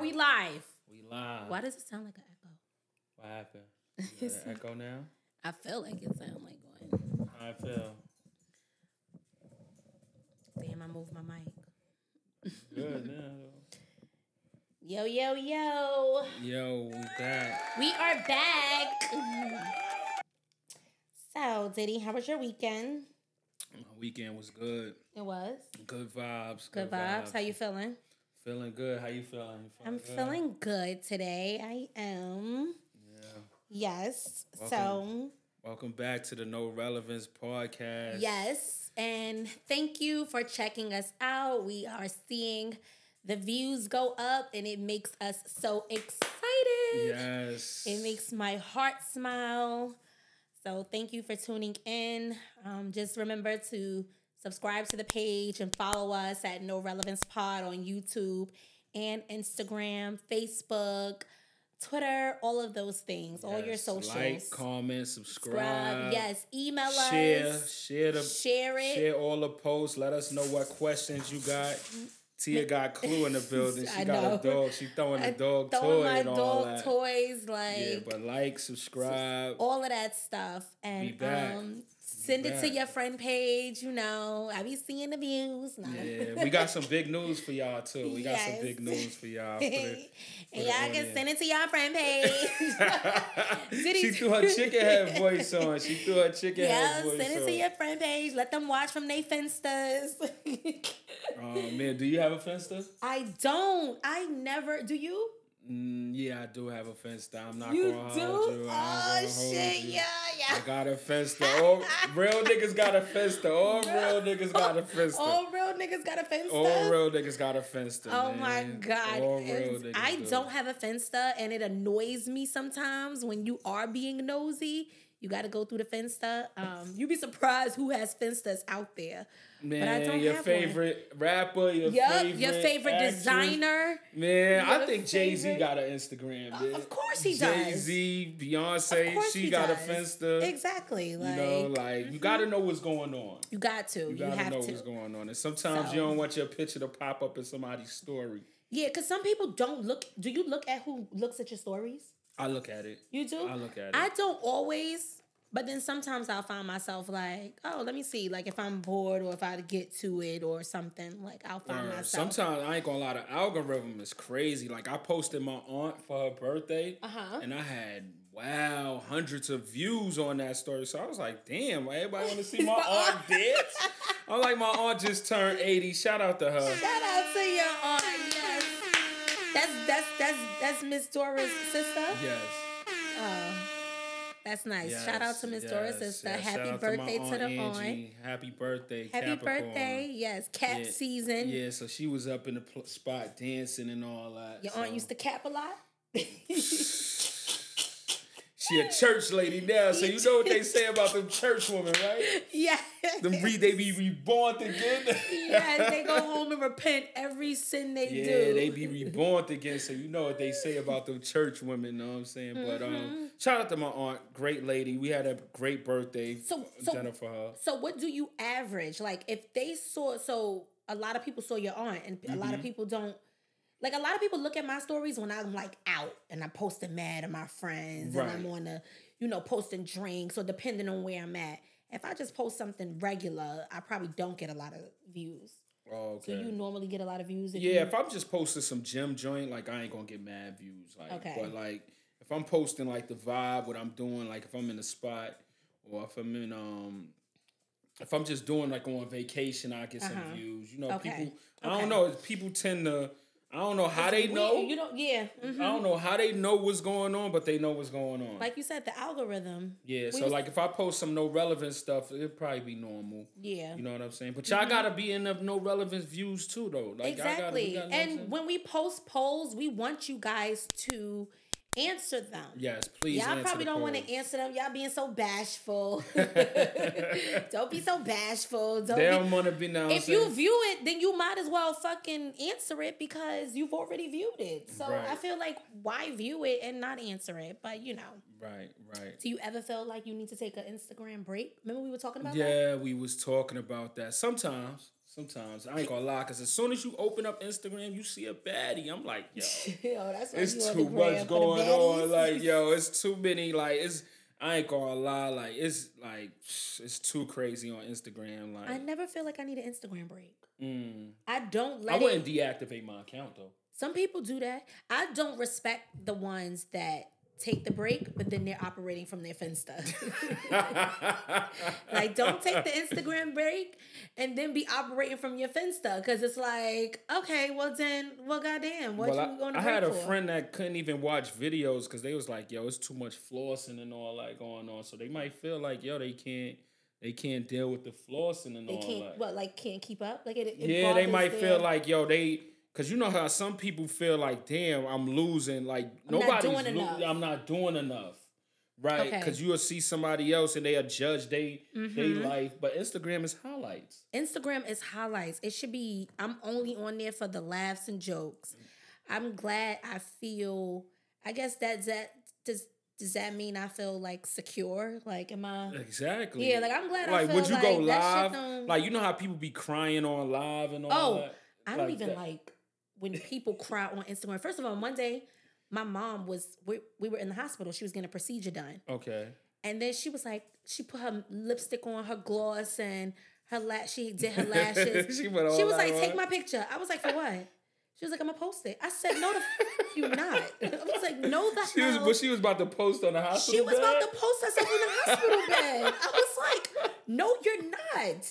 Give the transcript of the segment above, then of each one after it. we live. We live. Why does it sound like an echo? What happened? You got an echo now? I feel like it sounds like one. How I feel. Damn, I moved my mic. Good now. Yo, yo, yo. Yo, we back. We are back. So, Diddy, how was your weekend? My weekend was good. It was. Good vibes. Good vibes. How you feeling? feeling? Good. How you feeling? You I'm good? feeling good today. I am. Yeah. Yes. So, Welcome. Welcome back to the No Relevance podcast. yes. And thank you for checking us out. We are seeing the views go up and it makes us so excited. Yes. It makes my heart smile. So, thank you for tuning in. Um, just remember to subscribe to the page and follow us at No Relevance Pod on YouTube and Instagram, Facebook, Twitter, all of those things, all your Yes. socials. Like, comment, subscribe. Yes, email Share. us. Share the Share it. Share all the posts. Let us know what questions you got. Tia got Clue in the building. She I got know. a dog. She throwing the dog Throwing toy Uh, my and all dog that. toys, like yeah, but like, subscribe. all of that stuff and Be back. um send it to back. your friend page you know i be seeing the views no. Yeah, we got some big news for y'all too. We got Yes. some big news for y'all. For the- and the y'all can audience. send it to y'all friend page Did he- she threw her chicken head voice on. She threw her chicken yeah head voice send it on. to your friend page let them watch from their fensters Oh man, do you have a Finsta? i don't i never do you Mm, yeah, I do have a Finsta. I'm not you do gonna hold you. I'm oh gonna hold shit you. yeah yeah I got a Finsta. All real niggas got a Finsta. All real niggas got a Finsta. all real niggas got a fenster All real niggas got a Finsta. Oh my man. god! All real And niggas I do. don't have a Finsta, and it annoys me sometimes when you are being nosy. You got to go through the Finsta. Um, you'd be surprised who has Finstas out there. Man, don't your have one. favorite rapper, your Yup, favorite, your favorite actress. designer. Man, I Your think Jay Z favorite- got an Instagram. Uh, of course he does. Jay Z, Of Beyonce, course she he got a does. Finsta. Exactly. You Like you, know, like you got to know what's going on. got to. You, You gotta have know to. what's going on, and sometimes So- you don't want your picture to pop up in somebody's story. yeah, because some people don't look. Do you look at who looks at your stories? I look at it. You do. I look at it. I don't always, but then sometimes I'll find myself like, oh, let me see, like if I'm bored or if I get to it or something, like I'll find Uh, myself. sometimes I ain't gonna lie, the algorithm is crazy. Like I posted my aunt for her birthday, Uh-huh. and I had wow hundreds of views on that story. So I was like, damn, why everybody want to see my aunt dance? I'm like, my aunt just turned eighty. Shout out to her. Shout out to your aunt. Yes. That's that's that's that's Miss Dora's sister. Yes. Oh, that's nice. yes, Shout out to Miss Dora's yes, sister. yes. Shout Happy out my birthday to, Aunt the aunt. Angie. Happy birthday. Happy Capricorn. birthday. Yes, cap Yeah, season. Yeah, so she was up in the pl- spot dancing and all that. Your aunt so- used to cap a lot. She a church lady now, so you know what they say about them church women, right? yeah. Them re they be reborn again. yes, they go home and repent every sin they Yeah, do. they be reborn again, so you know what they say about them church women. Know what I'm saying? But Mm-hmm. um, shout out to my aunt, great lady. We had a great birthday. So- so- dinner for her. So what do you average? Like if they saw so a lot of people saw your aunt and a Mm-hmm. lot of people don't like a lot of people look at my stories when I'm like out and I'm posting mad at my friends and I'm Right. on the you know posting drinks or depending on where I'm at. If I just post something regular, I probably don't get a lot of views. Oh, Do okay. you normally get a lot of views? If Yeah, you- if I'm just posting some gym joint, like I ain't gonna get mad views. Like, Okay. but like if I'm posting like the vibe, what I'm doing, like if I'm in a spot or if I'm in um. If I'm just doing like on vacation, I get some Uh-huh. views. You know, Okay. people. I Okay. don't know. People tend to. I don't know how they We- know. Um, you don't. Yeah, mhm. I don't know how they know what's going on, but they know what's going on. like you said, the algorithm. yeah. So was- like if I post some no relevant stuff, it'd probably be normal. Yeah, You know what I'm saying? But y'all Mm-hmm. gotta be in the no relevance views too, though. Like, y'all gotta- we exactly. gotta know what I'm saying? and when we post polls, we want you guys to answer them. Yes, please. Y'all answer probably the don't want poll. to answer them. Y'all being so bashful. don't be so bashful. Don't They be, don't want to be now. if you view it, then you might as well fucking answer it because you've already viewed it. So Right. I feel like why view it and not answer it? But you know, right, right. do you ever feel like you need to take an Instagram break? Remember we were talking about that? Yeah, we was talking about that. Sometimes, Sometimes I ain't gonna lie, cause as soon as you open up Instagram, you see a baddie. I'm like, yo, yo, Oh, that's why you it's on too the gram much for the going on. baddies. Like, yo, it's too many. Like, it's I ain't gonna lie. Like, it's like it's too crazy on Instagram. Like, I never feel like I need an Instagram break. mm. I don't I let it wouldn't deactivate my account though. Some people do that. I don't respect the ones that take the break, but then they're operating from their Finsta. like, don't take the Instagram break and then be operating from your Finsta because it's like, okay, well then, well, goddamn, what well, you going I, to I break had a for? friend that couldn't even watch videos because they was like, "Yo, it's too much flossing and all that going on." So they might feel like, "Yo, they can't, they can't deal with the flossing and They all can't, that." what, like, can't keep up? Like, it, it yeah, they bothers might their- feel like, "Yo, they," because you know how some people feel like, "Damn, I'm losing." Like not nobody's, doing lo- enough. I'm not doing enough, right? Okay. Because you'll see somebody else and they'll judge they they Mhm. life, but Instagram is highlights. Instagram is highlights. It should be, I'm only on there for the laughs and jokes. I'm glad I feel, I guess that, that does, does that mean I feel like secure? Like, am I? Exactly. Yeah, like I'm glad I Like, feel would you like go that live? shit don't- Like, you know how people be crying on live and all Oh, that. I don't like even that. like when people cry on Instagram. First of all, one day my mom was we, we were in the hospital. She was getting a procedure done, Okay. and then she was like, she put her lipstick on, her gloss, and her la- she did her lashes. she went all she was out like, on "Take it. my picture." I was like, "For what?" She was like, "I'm gonna post it." I said, "No, the f- you not." I was like, "No, the She was, hell." but she was about to post on the hospital. She was about bed? to post herself in the hospital bed. I was like, no, you're not.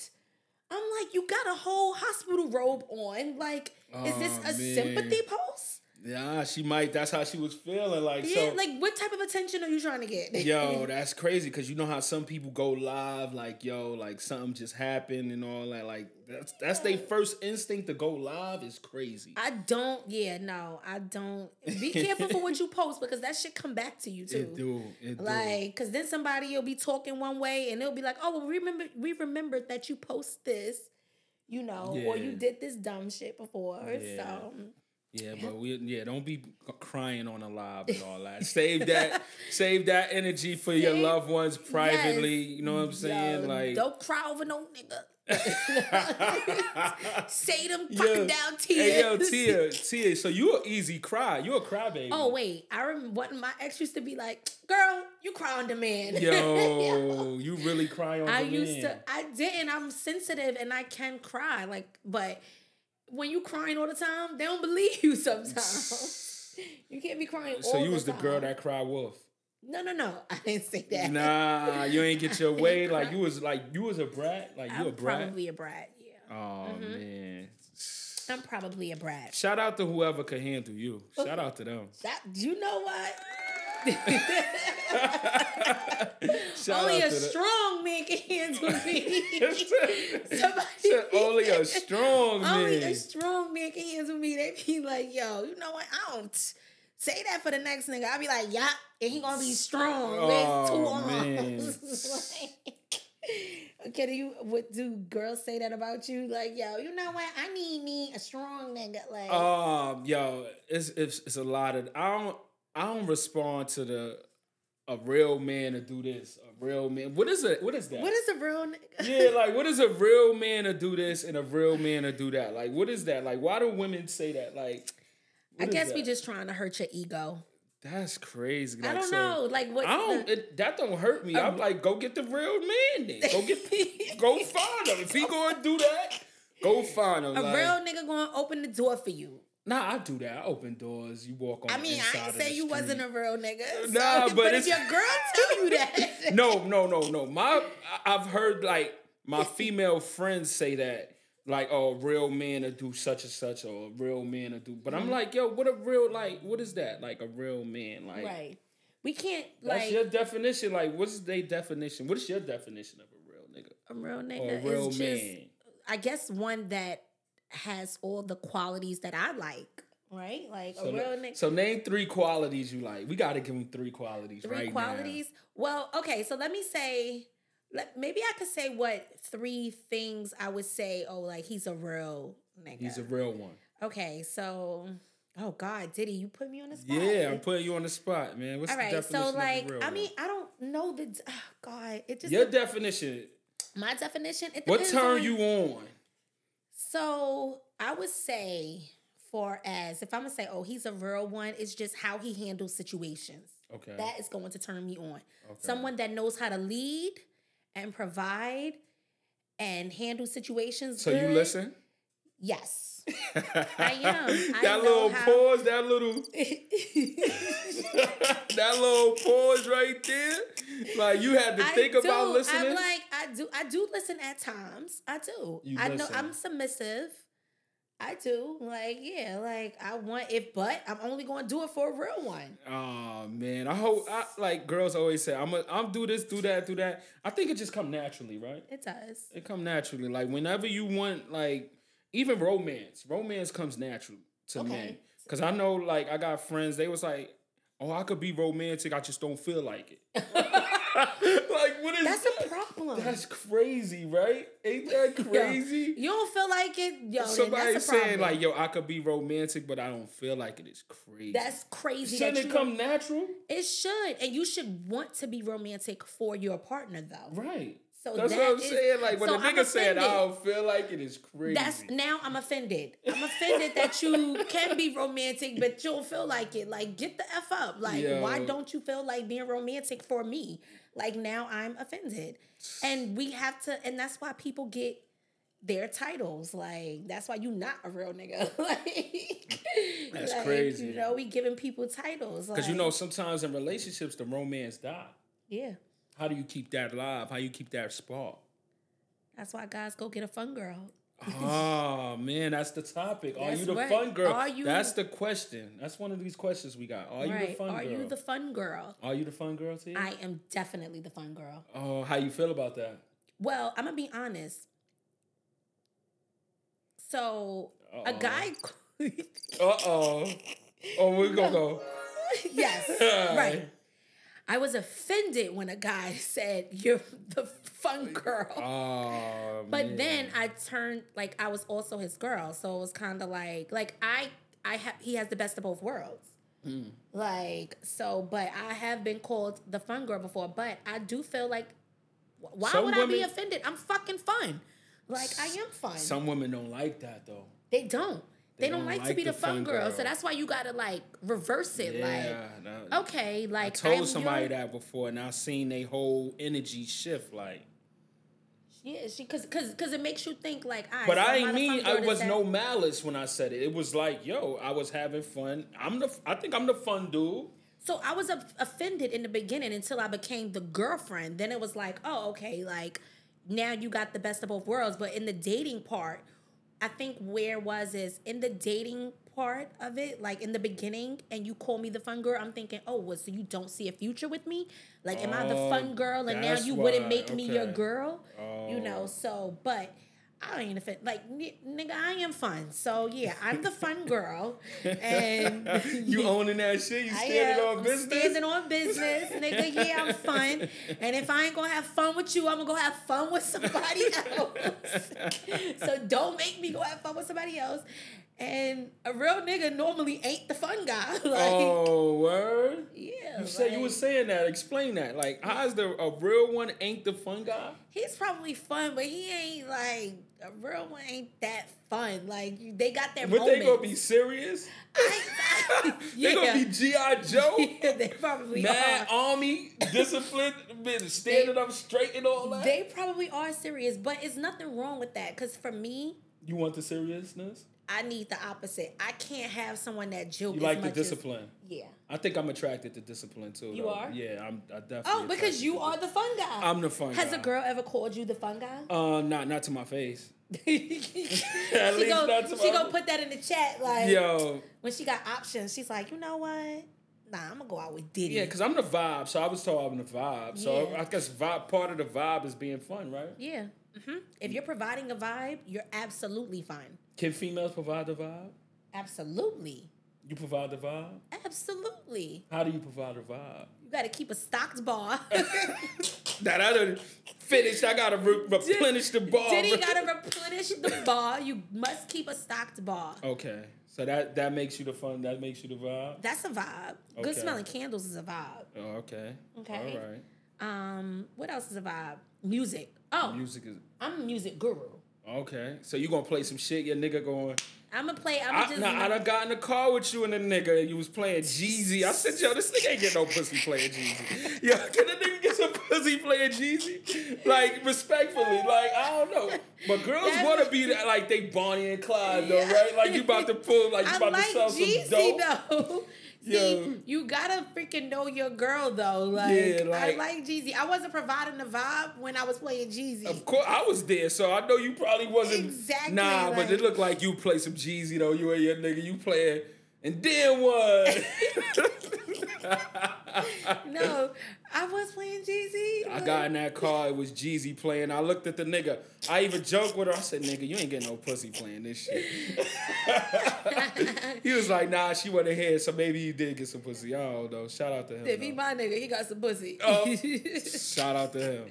I'm like, you got a whole hospital robe on. Like, is this Oh, man. a sympathy post? Yeah, she might. That's how she was feeling. Like, Yeah, so, like what type of attention are you trying to get? yo, that's crazy because you know how some people go live, like, yo, like something just happened and all that. Like, that's that's their first instinct to go live is crazy. I don't, yeah, no, I don't. Be careful for what you post because that shit come back to you too. it do. It do. Like, cause then somebody will be talking one way and they'll be like, "Oh, well, we remember we remembered that you post this, you know, or you Yeah. did this dumb shit before." Yeah. So Yeah, but we yeah, don't be crying on a live and all that. Save that, save that energy for your Save- loved ones privately. You know what I'm saying? Yo, like, don't cry over no nigga. Say them Yeah. fucking down tears. hey yo, Tia, Tia. So you a easy cry. You a crybaby. Oh wait, I remember one of my ex used to be like, "Girl, you cry on demand." yo, you really cry on. I demand. used to. I didn't. I'm sensitive and I can cry. Like, but when you crying all the time, they don't believe you. Sometimes you can't be crying. So all you was the the girl time. that cry wolf. No, no, no. I didn't say that. Nah, you ain't get your I way. ain't Like cry. you was like you was a brat. Like you I'm a brat. probably Mm-hmm. a brat. Yeah, oh man. I'm probably a brat. Shout out to whoever could handle you. Shout out to them. That you know what? Shout Only out a to the- strong man can handle me. Somebody- Said only a strong man. Only a strong man can handle me. They be like, yo, you know what? I don't say that for the next nigga. I'll be like, yeah, and he gonna be strong with two Oh, man. arms. like, okay, do you what do girls say that about you? Like, yo, you know what? I need me a strong nigga. Like, Um, yo, it's, it's it's a lot of I don't I don't respond to the a real man to do this. A real man. What is it? What is that? what is a real nigga? yeah, like what is a real man to do this and a real man to do that? Like what is that? Like why do women say that? Like I what is guess we that? just trying to hurt your ego. that's crazy. I Like, don't so- know. Like Um, what I don't. It, that don't hurt me. I'm like, go get the real man. Then go get, go find him. If he gonna do that, go find him. a like, real nigga gonna open the door for you. Nah, I do that. I open doors. You walk on. I mean, I ain't say you wasn't a real nigga. So, Nah, but, but it's- if your girl tell you that, No, no, no, no. My, I- I've heard like my female friends say that, like, oh, real men to do such and such, or a real man to do. Mm-hmm. But I'm like, yo, what a real like, what is that? Like a real man, like. right? We can't That's like your definition. Like, what's their definition? What is your definition of a real nigga a real or nigga a real is just, man? I guess, one that has all the qualities that I like, right? Like So, a real nigga. so name three qualities you like. We got to give them three qualities. three right qualities. Well, okay, so let me say, let, maybe I could say what three things I would say. Oh, like he's a real nigga. Now. He's a real one. Okay, so oh god, Diddy, you put me on the spot. Yeah, I'm putting you on the spot, man. What's All the right, definition so like of a real I one? mean, I don't know the d- oh, god. It just your definition. my definition. It What depends turn on- you on? So I would say, for as if I'm gonna say, oh, he's a real one, it's just how he handles situations. Okay. That is going to turn me on. okay. Someone that knows how to lead and provide and handle situations. So you good. listen? Yes. am. I that know little how- pause, that little that little pause right there. Like you had to think about listening. I'm like, I do, I do listen at times. I do. You I know listen. I'm submissive. I do. Like, yeah, like I want it, but I'm only going to do it for a real one. Oh man, I hope I, like girls always say I'm a, I'm do this, do that, do that. I think it just come naturally, right? It does. It come naturally. Like whenever you want, like even romance, romance comes natural to Okay. men. Cause I know, like I got friends, they was like, "Oh, I could be romantic, I just don't feel like it." like what is That's that? a problem. That's crazy, right? Ain't that crazy? You don't feel like it, yo. then Somebody that's a problem. saying like, "Yo, I could be romantic, but I don't feel like it." It's crazy. that's crazy. Shouldn't that it you- come natural? It should, and you should want to be romantic for your partner, though. Right. So that's that what I'm is- saying. Like when so a I'm nigga said, "I offended. don't feel like it," is crazy. That's now I'm offended. I'm offended that you can be romantic, but you don't feel like it. Like, get the F up. Like, Yo. why don't you feel like being romantic for me? Like, now I'm offended. And we have to, and that's why people get their titles. Like, that's why you not a real nigga. like, That's like, crazy. You know, we giving people titles. because you know sometimes in relationships the romance die. yeah. How do you keep that alive? How you keep that spark? That's why guys go get a fun girl. oh man, that's the topic. Are That's you the right. fun girl? Are you- that's the question. That's one of these questions we got. Are you the right. fun Are girl? you the fun girl? Are you the fun girl too? I am definitely the fun girl. oh, how you feel about that? Well, I'm gonna be honest. So a Uh-oh. guy, Uh oh. Oh, we're gonna go. yes, right. I was offended when a guy said you're the fun girl, Oh, but man. then I turned like I was also his girl, so it was kind of like like I I have he has the best of both worlds. Hmm. Like so, but I have been called the fun girl before, but I do feel like wh- why Some would I be women- offended? I'm fucking fun. Like I am fun. some women don't like that though. They don't. They, don't, don't like, to like be the, the fun fun girl. So girl. that's why you gotta like oh, reverse it. Yeah, nah. Like, okay, like I told I'm somebody your- that before, and I seen they whole energy shift. Like, Yeah, she cause cause cause it makes you think like "Ah, I. but I ain't mean I was no malice when I said it. It was like, yo, I was having fun. I'm the, I think I'm the fun dude. So I was of- offended in the beginning until I became the girlfriend. Then it was like, oh, okay, like now you got the best of both worlds. But in the dating part, I think where was is in the dating part of it, like in the beginning, and you call me the fun girl. I'm thinking, oh, well, so you don't see a future with me? Like, am I the Oh, fun girl? And now that's you wouldn't why. make me your Okay. girl, you Oh. know? So, but. I ain't offend like n- nigga. I am fun, so yeah, I'm the fun girl, and Oh. you owning that shit. You I standing am. on I'm business. Standing on business, nigga. Yeah, I'm fun. And if I ain't gonna have fun with you, I'm gonna go have fun with somebody else. so don't make me go have fun with somebody else. And a real nigga normally ain't the fun guy. like, oh word. yeah. You said you like, were saying that. Explain that. Like, how's the a real one ain't the fun guy? He's probably fun, but he ain't like a real one. Ain't that fun? Like you- they got their But moments. they gonna be serious. yeah. They gonna be GI Joe. Yeah, they probably Mad are. army discipline, been standing up straight and all that. They probably are serious, but it's nothing wrong with that. Cause for me, you want the seriousness? I need the opposite. I can't have someone that joke. You as like the much as- discipline. yeah. I think I'm attracted to discipline too. You though. are? Yeah, I'm. I definitely. Oh, because attracted you to are the fun guy. I'm the fun Has guy. a girl ever called you the fun guy? dis- Uh, not not to my face. she least go, not to she my- go put that in the chat. Like Yo, when she got options, she's like, you know what? Nah, I'm gonna go out with Diddy. yeah, because I'm the vibe. So I was told I'm the vibe. So Yeah. I guess vibe part of the vibe is being fun, right? yeah. hmm If you're providing a vibe, you're absolutely fine. Can females provide the vibe? Absolutely, You provide the vibe. absolutely. How do you provide the vibe? You gotta keep a stocked bar. That I done finished. I gotta re- replenish the bar. Diddy gotta replenish the bar. You must keep a stocked bar. Okay, so that that makes you the fun. That makes you the vibe. That's a vibe. Good Okay. smelling candles is a vibe. Oh, okay. Okay. All right. Um, what else is a vibe? Music. Oh, Music is I'm a music guru. Okay, so you gonna play some shit? Your nigga going? I'm gonna play. I'm I, gonna just. nah, I done got in the car with you and the nigga, and you was playing Jeezy. I said, yo, this nigga ain't get no pussy playing Jeezy. Yo, can the nigga get some pussy playing Jeezy? Like respectfully, like I don't know. But girls That's- want to be that, like they Bonnie and Clyde though, Yeah. right? Like you about to pull, like you I about like to sell Jeezy some dope. though. See, Yo. you gotta freaking know your girl though. Like, Yeah, like- I like Jeezy. I wasn't providing the vibe when I was playing Jeezy. Of course, I was there, so I know you probably wasn't. Exactly, Nah, like- but it looked like you play some Jeezy though. You ain't your nigga. You playing, and then what? No, I was playing Jeezy. I got in that car. It was Jeezy playing. I looked at the nigga. I even joked with her. I said, "Nigga, you ain't getting no pussy playing this shit." he was like, "Nah, she wasn't here, so maybe you did get some pussy." I don't know. Shout out to him. If he though. my nigga, he got some pussy. Oh. Shout out to him.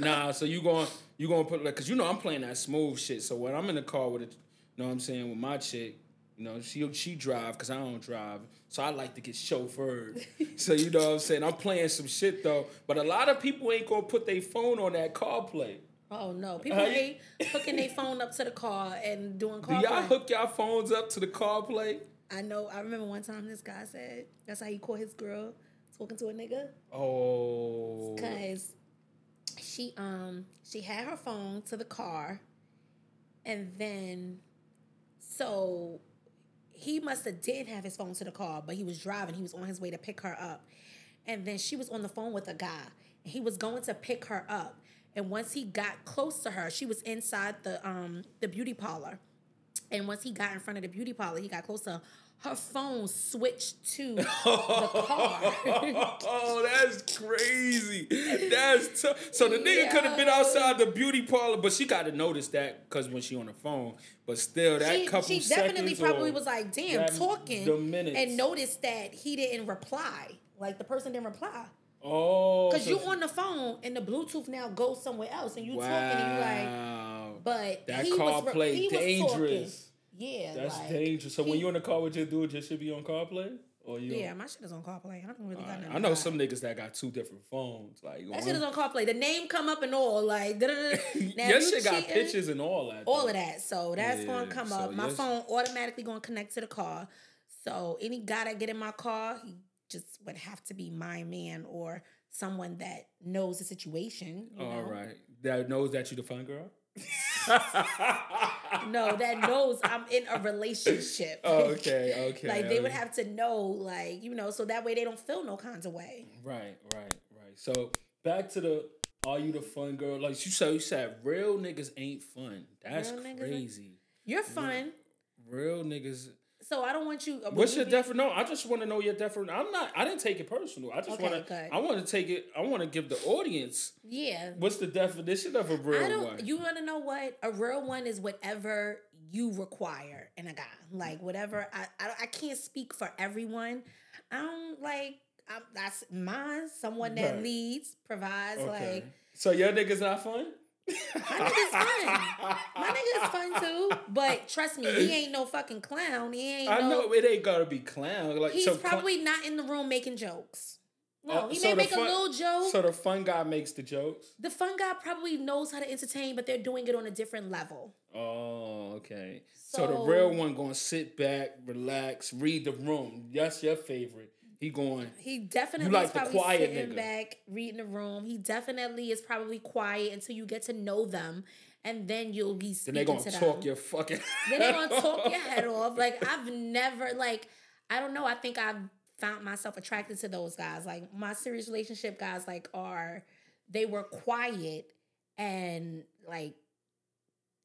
Nah, so you going you gonna put like, cause you know I'm playing that smooth shit. So when I'm in the car with, a, you know what I'm saying with my chick, you know she she drive, cause I don't drive. So I like to get chauffeured. so you know what I'm saying I'm playing some shit though. But a lot of people ain't gonna put their phone on that car play. oh no, people Uh, How you- ain't hooking their phone up to the car and doing Do car. y'all play. hook y'all phones up to the car play? I know. I remember one time this guy said that's how he caught his girl talking to a nigga Oh, because she um she had her phone to the car, and then so he must have did have his phone to the car, but he was driving. He was on his way to pick her up, and then she was on the phone with a guy. And he was going to pick her up, and once he got close to her, she was inside the um the beauty parlor. And once he got in front of the beauty parlor, he got close to her. Her phone switched to the car. oh, that's crazy. That's tough. So the nigga could have been Yo. outside the beauty parlor, but she got to notice that because when she on the phone. But still, that she, couple she definitely seconds or- probably was like, damn, that- talking. the minutes. And noticed that he didn't reply. Like the person didn't reply. oh, Because so you she- on the phone and the Bluetooth now goes somewhere else and you wow. talking and you like, but That he car was re- play he was dangerous. Talking. Yeah. that's like, dangerous. So when he- you in the car with your dude, your shit be on car play or you? Yeah, my shit is on CarPlay. I don't really got nothing I know to some hide. niggas that got two different phones. Like That one- shit is on CarPlay. The name come up and all. Like, da da da. Now, your you shit got cheating, pictures and all that. all though. of that. So that's Yeah, gonna come so up. My yes. phone automatically gonna connect to the car. So any guy that get in my car, he just would have to be my man or someone that knows the situation. you All know? right. That knows that you the fun girl? No, that knows I'm in a relationship. Oh, okay, okay. Like they would have to know, like you know, so that way they don't feel no kinds of way. Right, right, right. So back to the are you the fun girl? Like you said, you said real niggas ain't fun. That's Real niggas ain't- crazy. You're fun, Real niggas. so I don't want you. uh, What's your you- definition? No, I just want to know your definition. I'm not. I didn't take it personal. I just Okay, want good. to. I want to take it. I want to give the audience. Yeah, What's the definition of a real I don't. one? You want to know what a real one is? Whatever you require in a guy, like whatever. I I, don't- I can't speak for everyone. I don't like. I'm, that's mine. Someone that Right. leads, provides. okay. Like so your niggas not fun. my nigga's fun. My nigga's fun too. But trust me, he ain't no fucking clown. He ain't. I no, know it ain't gotta be clown. Like He's so cl- probably not in the room making jokes. No, Oh, he so may the make fun- a little joke. so the fun guy makes the jokes. the fun guy probably knows how to entertain, but they're doing it on a different level. Oh, okay. So, So- the real one gonna sit back, relax, read the room. That's your favorite. He going. He definitely like is the probably quiet sitting nigga. back, reading the room. He definitely is probably quiet until you get to know them, and then you'll be Then speaking they gonna to talk them. your fucking. then they're gonna talk your head off. Like I've never, like I don't know. I think I've found myself attracted to those guys. Like my serious relationship guys, like are they were quiet and like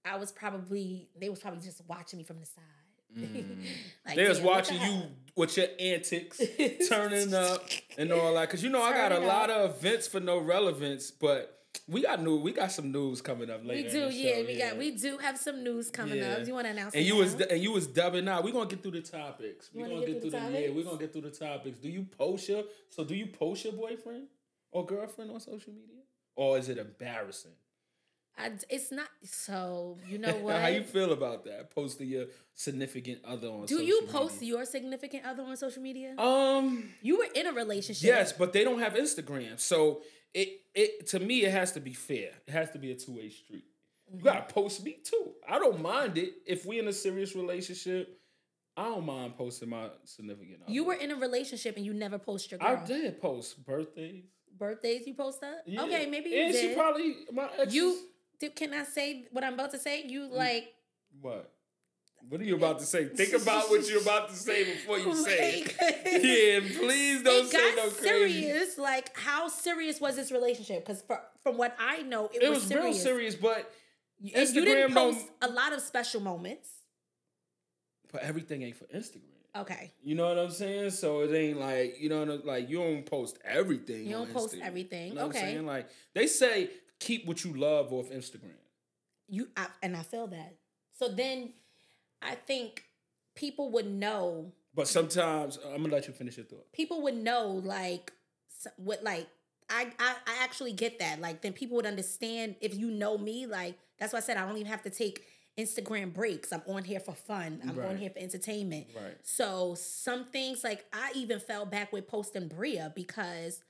I was probably they was probably just watching me from the side. Mm. Like, They was damn, what the watching you hell? with your antics, turning up and all that. Cause you know I got a Turning lot up. of events for no relevance, but we got new. We got some news coming up We later. in do, the show, yeah. We got we do have some news coming Yeah. up. You want to announce? And it you was now? and you was dubbing out. We're gonna get through the topics. We're wanna gonna get through the, yeah, topics? we're gonna get through the topics. Do you post your so do you post your boyfriend or girlfriend on social media? Or is it embarrassing? I d- it's not. So you know what? How you feel about that? Posting your significant other on do social you post media? your significant other on social media? Um you were in a relationship. Yes, but they don't have Instagram. So it it to me it has to be fair. It has to be a two-way street. You Mm-hmm. gotta post me too. I don't mind it if we in a serious relationship. I don't mind posting my significant. You other. were in a relationship and you never post your I girl. did post birthdays. Birthdays you post up? Yeah. Okay, maybe you and did. she probably my ex. you did, can I say what I'm about to say? Mm. You like what? What are you about to say? Think about what you're about to say before you say it. Like- Yeah, and please don't it say got no crazy. serious. Like, how serious was this relationship? Because from what I know, it, It was, was serious. real serious, but And you didn't Instagram don't- post a lot of special moments. but everything ain't for Instagram. Okay, You know what I'm saying? So it ain't like you know what I'm- like you don't post everything. you on don't post Instagram. everything. You know what I'm okay, saying? Like they say, keep what you love off Instagram. you I, and I feel that. So then, I think people would know. But sometimes I'm gonna let you finish your thought. People would know, like, s- what, like. I, I, I actually get that. Like, then people would understand if you know me. Like, that's why I said I don't even have to take Instagram breaks. I'm on here for fun. I'm on Right. here for entertainment. Right. So some things like I even fell back with posting Bria because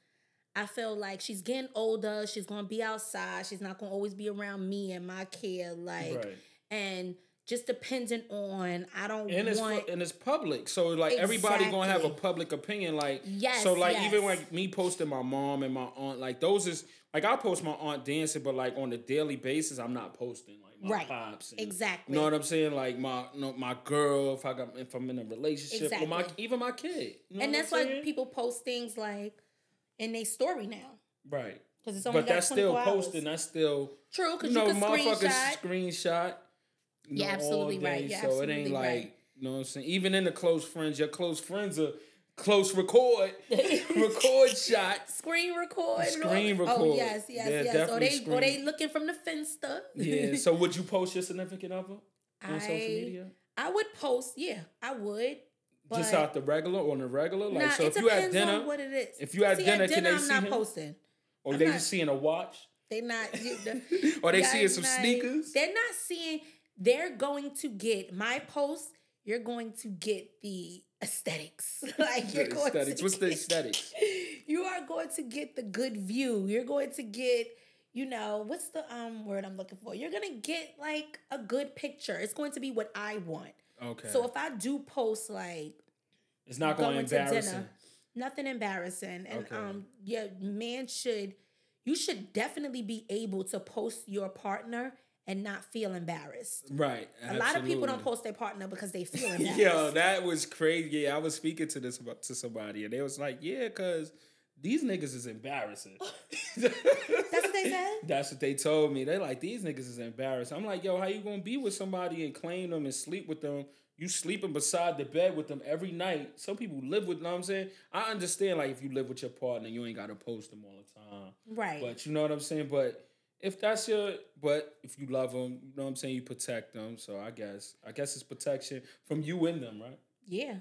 I feel like she's getting older. She's gonna be outside. She's not gonna always be around me and my care. Like right. and just dependent on I don't And it's want. and it's public. So like everybody gonna have a Exactly. public opinion. Like Yes, So like even yes. like me posting my mom and my aunt, like those is like I post my aunt dancing, but like on a daily basis, I'm not posting like my Right. pops. And, exactly. You know what I'm saying? Like my no, my girl, if I got if I'm in a relationship, or my Exactly. even my kid. You know and what that's I'm why saying? people post things like in their story now Right. because it's only But got that's still 24 hours. posting. That's still True, you because you, know, can motherfuckers screenshot. screenshot. you You're know, all absolutely right. day, You're so it ain't absolutely like right. you know what I'm saying. Even in the close friends, your close friends are close record, record shots. Screen record. and all- Screen Oh record. yes, yes, They're yes. Or definitely they or they screen- looking from the Finsta. Yeah. So would you post your significant other on I, social media? I would post, yeah, I would. But Just out the regular on the regular, like nah, so. it If you at depends dinner, on what it is. if you at See, dinner, at can dinner they I'm see not him? posting. or I'm they not- just seeing a watch, They not you, the, or they y'all seeing some not- sneakers. They're not seeing. They're going to get my post. You're going to get the aesthetics. like you're The going aesthetics. To What's the get- aesthetics? You are going to get the good view. You're going to get. You know what's the um word I'm looking for? You're gonna get like a good picture. It's going to be what I want. Okay. So if I do post like it's not going to going to embarrass dinner. him. nothing embarrassing and Okay. um your man should you should definitely be able to post your partner and not feel embarrassed Right. a lot of people don't absolutely. post their partner because they feel embarrassed Yo, that was crazy. Yeah, I was speaking to this about to somebody, and they was like, "Yeah, cause these niggas is embarrassing." That's what they said? That's what they told me. They like these niggas is embarrassing. I'm like, yo, how you gonna be with somebody and claim them and sleep with them? You sleeping beside the bed with them every night. Some people live with. Know what I'm saying? I understand like if you live with your partner, you ain't gotta post them all the time. right But you know what I'm saying. But if that's your, but if you love them, you know what I'm saying. You protect them. So I guess, I guess it's protection from you and them, right? yeah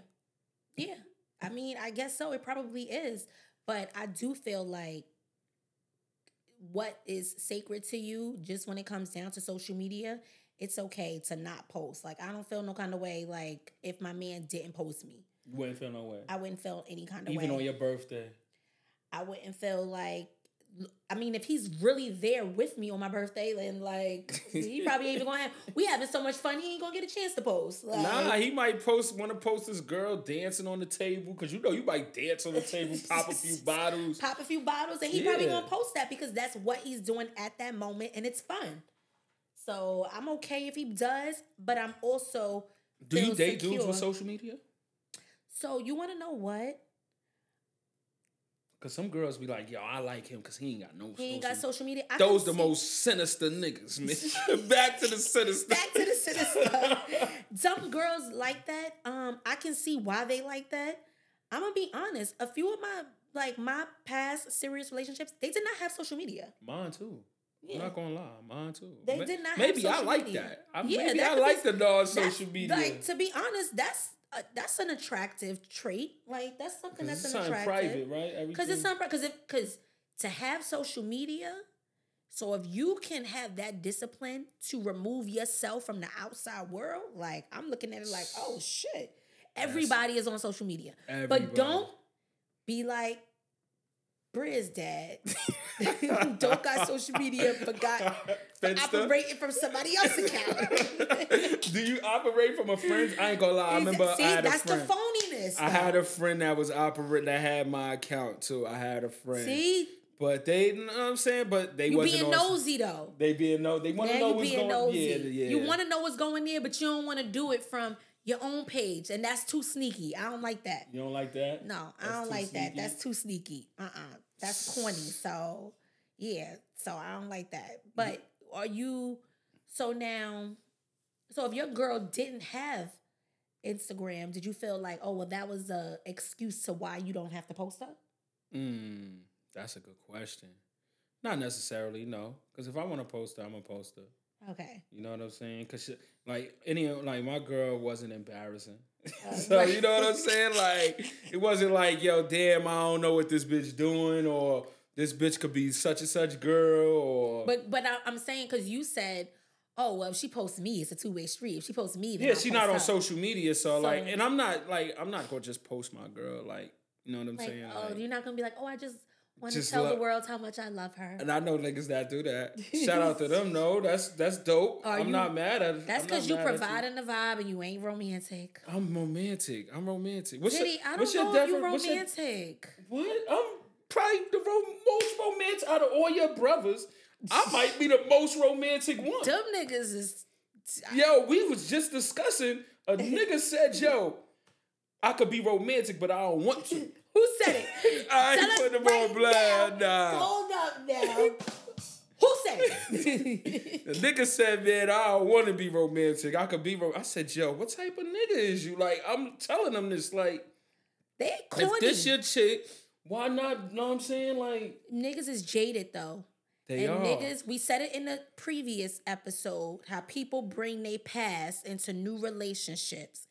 yeah i mean i guess so it probably is but i do feel like what is sacred to you just when it comes down to social media it's okay to not post like i don't feel no kind of way like if my man didn't post me You wouldn't feel no way. i wouldn't feel any kind of Even way on your birthday. I wouldn't feel like. I mean, if he's really there with me on my birthday, then like he probably ain't even gonna have. We having so much fun, he ain't gonna get a chance to post. Like, Nah, he might post want to post this girl dancing on the table because you know you might dance on the table, pop a few bottles. pop a few bottles, and he probably Yeah. gonna post that because that's what he's doing at that moment, and it's fun. So I'm okay if he does, but I'm also Do you feel date dudes secure. with social media? So you want to know what Because some girls be like, yo, I like him because he ain't got no. he ain't got social- social media. I can Those the see- most sinister niggas, man. Back to the sinister. Back to the sinister. Some girls like that. Um, I can see why they like that. I'm gonna be honest. A few of my like my past serious relationships, they did not have social media. Mine too. I'm Yeah. not gonna lie, mine too. They Ma- did not have Maybe I social like media. that. I, Yeah, maybe that I could like be- the non That's- social media. Like to be honest, that's uh, that's an attractive trait. Like that's something 'Cause that's it's an something private, attractive. right? Because it's Everything- not because if because to have social media, so if you can have that discipline to remove yourself from the outside world, like I'm looking at it like, oh shit, everybody is on social media, Everybody. but don't be like Briz dad don't got social media but got but Finsta? operating from somebody else's account. Do you operate from a friend's? I ain't gonna lie. I remember See, I had a that's the friend. phoniness. I had though. a friend that was operating that had my account too. I had a friend. See, But they, you know what I'm saying? But they you wasn't being on- nosy though. They being no. They want to Now know you what's being going. nosy. Yeah, yeah. You want to know what's going there, but you don't want to do it from your own page, and that's too sneaky. I don't like that. You don't like that? No, I That's don't too like that. sneaky? That's too sneaky. Uh uh That's corny. So, yeah. So I don't like that. But are you, so now, so if your girl didn't have Instagram, did you feel like, oh, well, that was a excuse to why you don't have to post up? Mm, that's a good question. Not necessarily, no. Because if I want to post her, I'm a poster. Okay. You know what I'm saying? Because like any like my girl wasn't embarrassing. Uh, so you know what I'm saying? Like it wasn't like yo, damn, I don't know what this bitch doing, or this bitch could be such and such girl, or But but I, I'm saying because you said, oh well, if she posts me, it's a two way street. If she posts me, then yeah, I'll she's post not on her. social media, so, So- like, and I'm not like I'm not gonna just post my girl, like you know what I'm Like, saying? oh, Like, you're not gonna be like, oh, I just want to Just tell the love- world how much I love her. and I know niggas that do that. Shout out to them. No, that's that's dope. Are I'm you- not mad at. That's I'm not because you mad at providing the vibe and you ain't romantic. I'm romantic. I'm romantic. What's Diddy, your, I what's don't your know if you different- what's your- romantic. What? I'm probably the ro- most romantic out of all your brothers. I might be the most romantic one. Dumb niggas is Yo, we was just discussing. A nigga said, "Yo, I could be romantic, but I don't want to." who said it? I Tell ain't us putting them right on blast. now. Nah. Hold up now. who said it? The nigga said, "Man, I don't want to be romantic. I could be." Ro-. I said, "Yo, what type of nigga is you?" Like, I'm telling them this. Like, they corny. if this your chick, why not? Know what I'm saying? Like, niggas is jaded though. they and are. niggas, we said it in the previous episode how people bring their past into new relationships.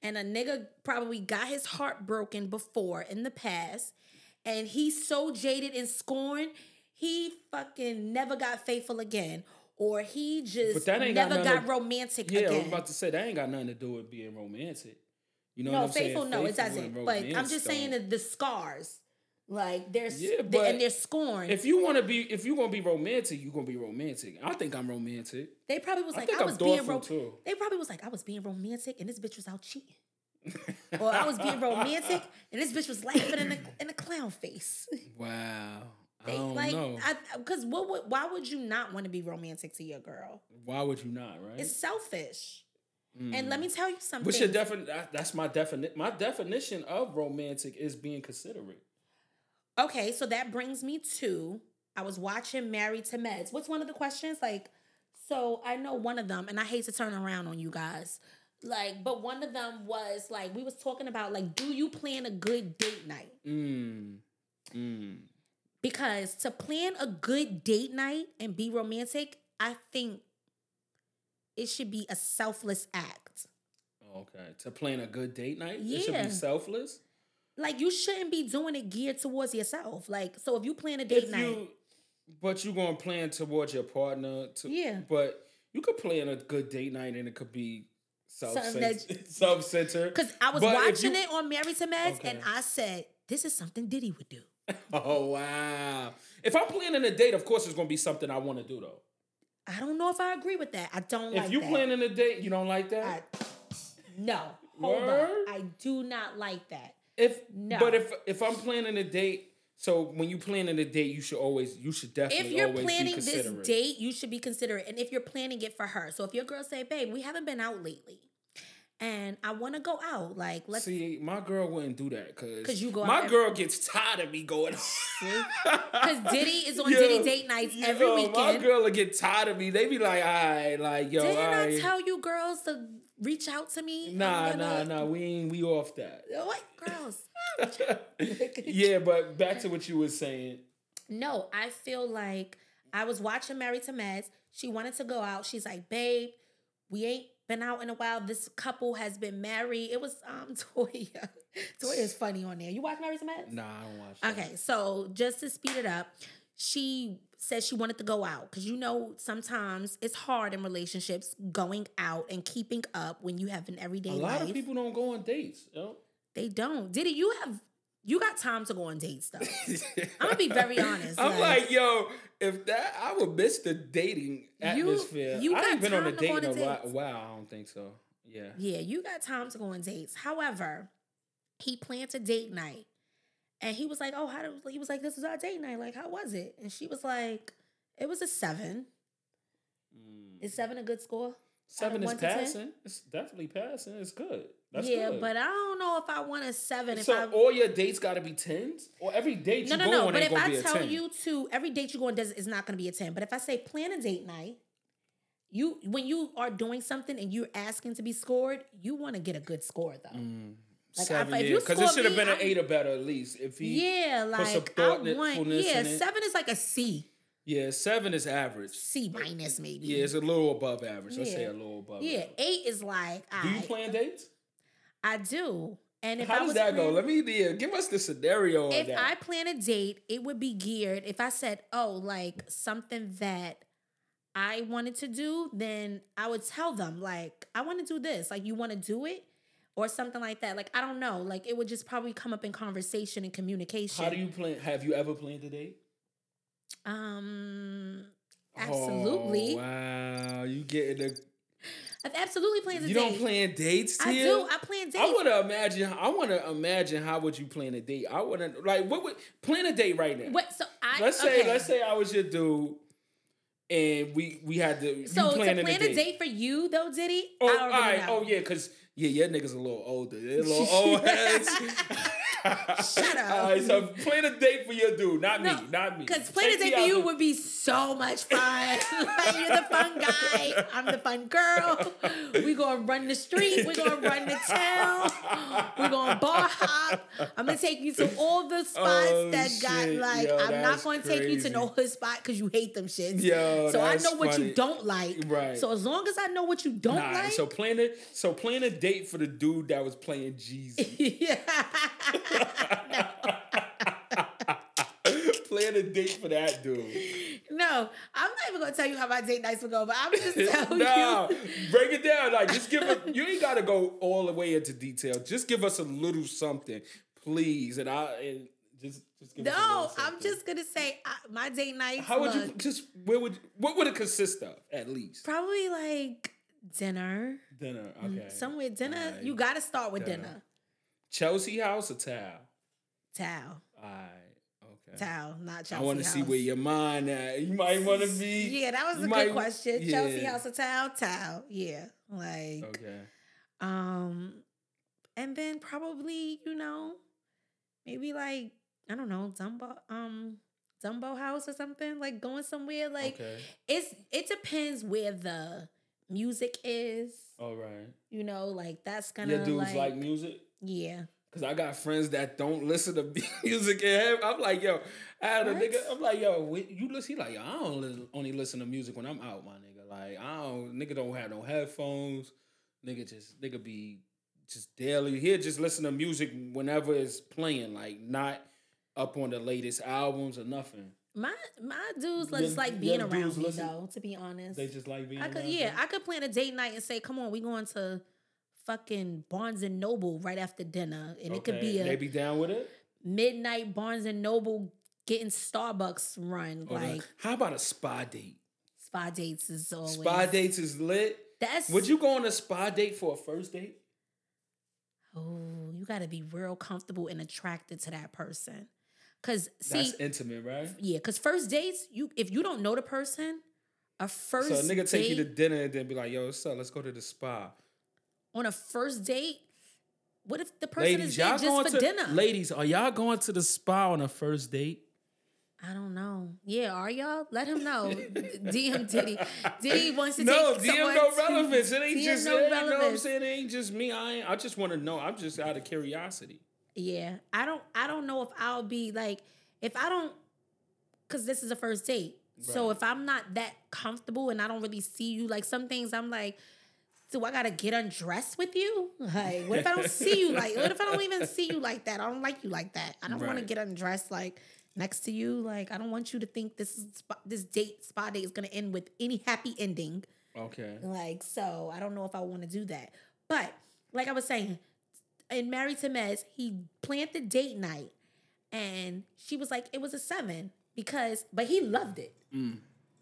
And a nigga probably got his heart broken before in the past. And he's so jaded and scorned, he fucking never got faithful again. Or he just But that ain't got never got, nothing to- romantic Yeah, I again. was about to say that ain't got nothing to do with being romantic. You know, no, what I'm faithful, saying? no, it Faithful and doesn't. But I'm romance just saying don't. that the scars. Like there's Yeah, the, but and they're scorned. if you want to be, if you gonna be romantic, you gonna be romantic. I think I'm romantic. they probably was I like, think I, I'm was being thoughtful, ro- too. They probably was like, I was being romantic and this bitch was out cheating. or I was being romantic and this bitch was laughing in a in a clown face. Wow, I They, don't like, know. because what would why would you not want to be romantic to your girl? Why would you not? Right? It's selfish. Mm. And let me tell you something. What's your definition? That's my definition. My definition of romantic is being considerate. okay, so that brings me to I was watching Married to Meds. What's one of the questions like? So I know one of them, and I hate to turn around on you guys. Like, but one of them was like we was talking about like, do you plan a good date night? Mm. Mm. Because to plan a good date night and be romantic, I think it should be a selfless act. Okay. To plan a good date night, it should Yeah. be selfless. Like you shouldn't be doing it geared towards yourself. Like so, if you plan a date if night, you but you gonna plan towards your partner to, Yeah. but you could plan a good date night and it could be Something that- self centered because I was But if watching you- it on Married to Meds, and Okay. I said, "This is something Diddy would do." oh wow if i'm planning a date of course it's gonna be something i want to do though I don't know if I agree with that. I don't if like you that. planning a date you don't like that I, no, hold Word? on. I do not like that. if No. but if if i'm planning a date so when you planning a date you should always you should definitely if you're always be planning this considerate date, you should be considerate. And if you're planning it for her, so if your girl say, "Babe, we haven't been out lately, and I want to go out," like let's See, my girl wouldn't do that because 'Cause you go out my every- girl gets tired of me going. because Diddy is on Yeah. Diddy date nights every Yo, My weekend. girl will get tired of me. They be like, all right, like, yo, Didn't all right. I tell you girls to reach out to me? nah, I'm nah, gonna- nah. We ain't, we off that. What girls? yeah, but back to what you were saying. No, I feel like I was watching Married to Meds. She wanted to go out. She's like, babe, we ain't been out in a while. This couple has been married. It was um Toya. Toya is funny on there. You watch Married to Meds? Nah, I don't watch. that. Okay, so just to speed it up, she said she wanted to go out because you know sometimes it's hard in relationships going out and keeping up when you have an everyday A lot life. of people don't go on dates. Yo. they don't. Diddy, you have you got time to go on dates though. I'm gonna be very honest. I'm like, yo, if that I would miss the dating atmosphere. you I got ain't been on a time to go date on in a a while. date. Wow, I don't think so. Yeah. yeah, you got time to go on dates. However, he planned a date night, and he was like, oh, how did he was like, this is our date night. Like, how was it? And she was like, it was a seven. Mm. Is seven a good score? Seven is one to ten? passing. It's definitely passing. It's good. That's yeah, good. but I don't know if I want a seven. If so I all your dates got to be tens, or every date you no no go no, on but ain't if gonna I be a tell ten. you to every date you go on does is not going to be a ten. But if I say plan a date night, you when you are doing something and you're asking to be scored, you want to get a good score though. Mm, Like, I- seven, if you yeah, because it score should have me, been an I'm- eight or better at least. If he, Yeah, put some like I thoughtfulness want. in Yeah, it. seven is like a C, yeah, seven is average. C minus maybe. Yeah, it's a little above average. Let's say a Yeah. little above. yeah. average. Eight is like Do you I plan dates? I do. And if How I does was that go? plan- Let me yeah, give us the scenario on if that. I plan a date, it would be geared. If I said, "Oh, like something that I wanted to do," then I would tell them, "Like I want to do this. Like you want to do it." Or something like that. Like I don't know. Like it would just probably come up in conversation and communication. How do you plan? Have you ever planned a date? Um, absolutely. Oh, wow, you getting the I've absolutely planned a you date. don't plan dates I Tia? do. I plan dates. I want to imagine. I want to imagine how would you plan a date? I want to like what would plan a date right now. What? So I let's say okay. let's say I was your dude, and we we had to So you to plan planning a date. for you though, Diddy. Oh, I all already right. know. Oh yeah, because yeah, your niggas a little older. They're a little old heads. Shut up. All right, so plan a date for your dude, not No, me, not me. Because playing a Take me date for out you the- would be so much fun. like, you're the fun guy. I'm the fun girl. We gonna run the street. We gonna run the town. We gonna bar hop. I'm gonna take you to all the spots Oh, that got shit. like. Yo, I'm not that's gonna take you to crazy. no hood spot because you hate them shits. Yo, so I that's know what funny. you don't like. Right. So as long as I know what you don't Nah, like. so plan a so plan a date for the dude that was playing Jeezy. yeah. plan a date for that dude. No, I'm not even gonna tell you how my date nights would go, but I'm just telling nah, you. break it down. Like, just give us. You ain't gotta go all the way into detail. Just give us a little something, please. And I and just just give. us a No, little I'm something. just gonna say I, my date nights. How would you look, just? Where would? What would it consist of? At least Probably like dinner. dinner. Mm, Okay. Somewhere dinner. Alright. You gotta start with Dinner. dinner. Chelsea house or towel. Towel, All right. Okay. towel, not Chelsea. I want to see House. where your mind at. You might want to be. Yeah, that was you a might- good question. Chelsea yeah. House or towel, towel. Yeah, like Okay. um, and then probably you know, maybe like I don't know Dumbo um Dumbo House or something like going somewhere like. okay. it's it depends where the music is. All right. You know, like that's gonna Oh. Your dudes like, like music. yeah. Cause I got friends that don't listen to music. And have- I'm like, yo, I had a What? nigga. I'm like, yo, wh- you listen? He like, yo, I don't li- only listen to music when I'm out, my nigga. Like, I don't, nigga don't have no headphones. Nigga just, nigga be just daily. He'll just listen to music whenever it's playing. Like, not up on the latest albums or nothing. My my dudes like Your- just like your being around dudes me listen- though. To be honest, They just like being. I could around yeah you. I could plan a date night and say, come on, we going to fucking Barnes and Noble right after dinner, and it could Okay, be a They be down with it. midnight Barnes and Noble getting Starbucks run. Or like the- how about a spa date? spa dates is always Spa dates is lit. That's Would you go on a spa date for a first date? Oh, you got to be real comfortable and attracted to that person. Cause see, That's intimate, right? yeah, cause first dates, you if you don't know the person, a first So a nigga take you to date- dinner and then be like, "Yo, what's up? Let's go to the spa." on a first date. What if the person is there going just for to dinner? ladies? Are y'all going to the spa on a first date? I don't know. Yeah, are y'all? Let him know. DM Diddy. Diddy wants to No, take DM someone no to- relevance. It ain't DM just no it, you know what I'm relevance. saying. It ain't just me. I ain't, I just want to know. I'm just out of curiosity. Yeah, I don't. I don't know if I'll be like if I don't, because this is a first date. So Right. if I'm not that comfortable and I don't really see you, like some things I'm like, do I gotta get undressed with you? Like, what if I don't see you? Like, what if I don't even see you like that? I don't like you like that. I don't want to Right. get undressed like next to you. Like, I don't want you to think this is spa- this date spa date is gonna end with any happy ending. Okay. Like, so I don't know if I want to do that. But like I was saying, in Married to Mez, he planned the date night, and she was like, it was a seven because, but he loved it.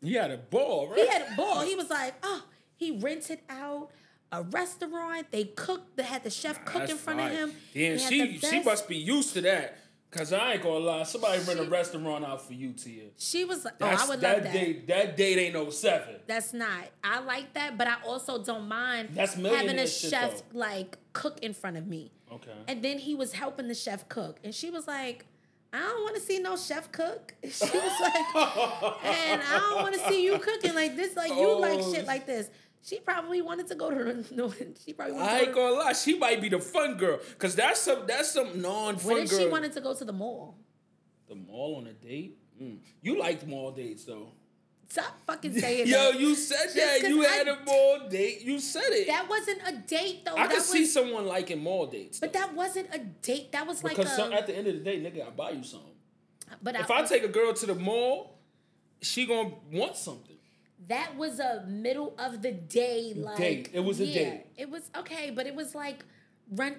He had a ball, right? He had a ball. He was like, oh, he rented out a restaurant. They cooked. They had the chef cook That's in front fire. of him. Damn, They had she the she best- must be used to that. Cause I ain't gonna lie, somebody rent a She- restaurant out for you, Tia. She was like, oh, That's, I would that love that. date. That date ain't no seven. That's not. I like that, but I also don't mind That's having millionaire a shit, chef though. like cook in front of me. Okay. And then he was helping the chef cook, and she was like, "I don't want to see no chef cook." She was like, "And I don't want to see you cooking like this. Like you like Oh. shit like this." She probably wanted to go to no. She probably I wanted to ain't go. gonna lie, she might be the fun girl. Cause that's some that's some non What fun if girl. she wanted to go to the mall? the mall on a date? Mm. You liked mall dates though. Stop fucking saying Yo, that. you said that. 'cause You I- had a mall date. You said it. That wasn't a date though. I that could was, see someone liking mall dates. but though. that wasn't a date. That was like um, because a. some, at the end of the day, nigga, I buy you something. but If I take a girl to the mall, she gonna want something. that was a middle of the day like Date. It was a date. It was okay, but it was like run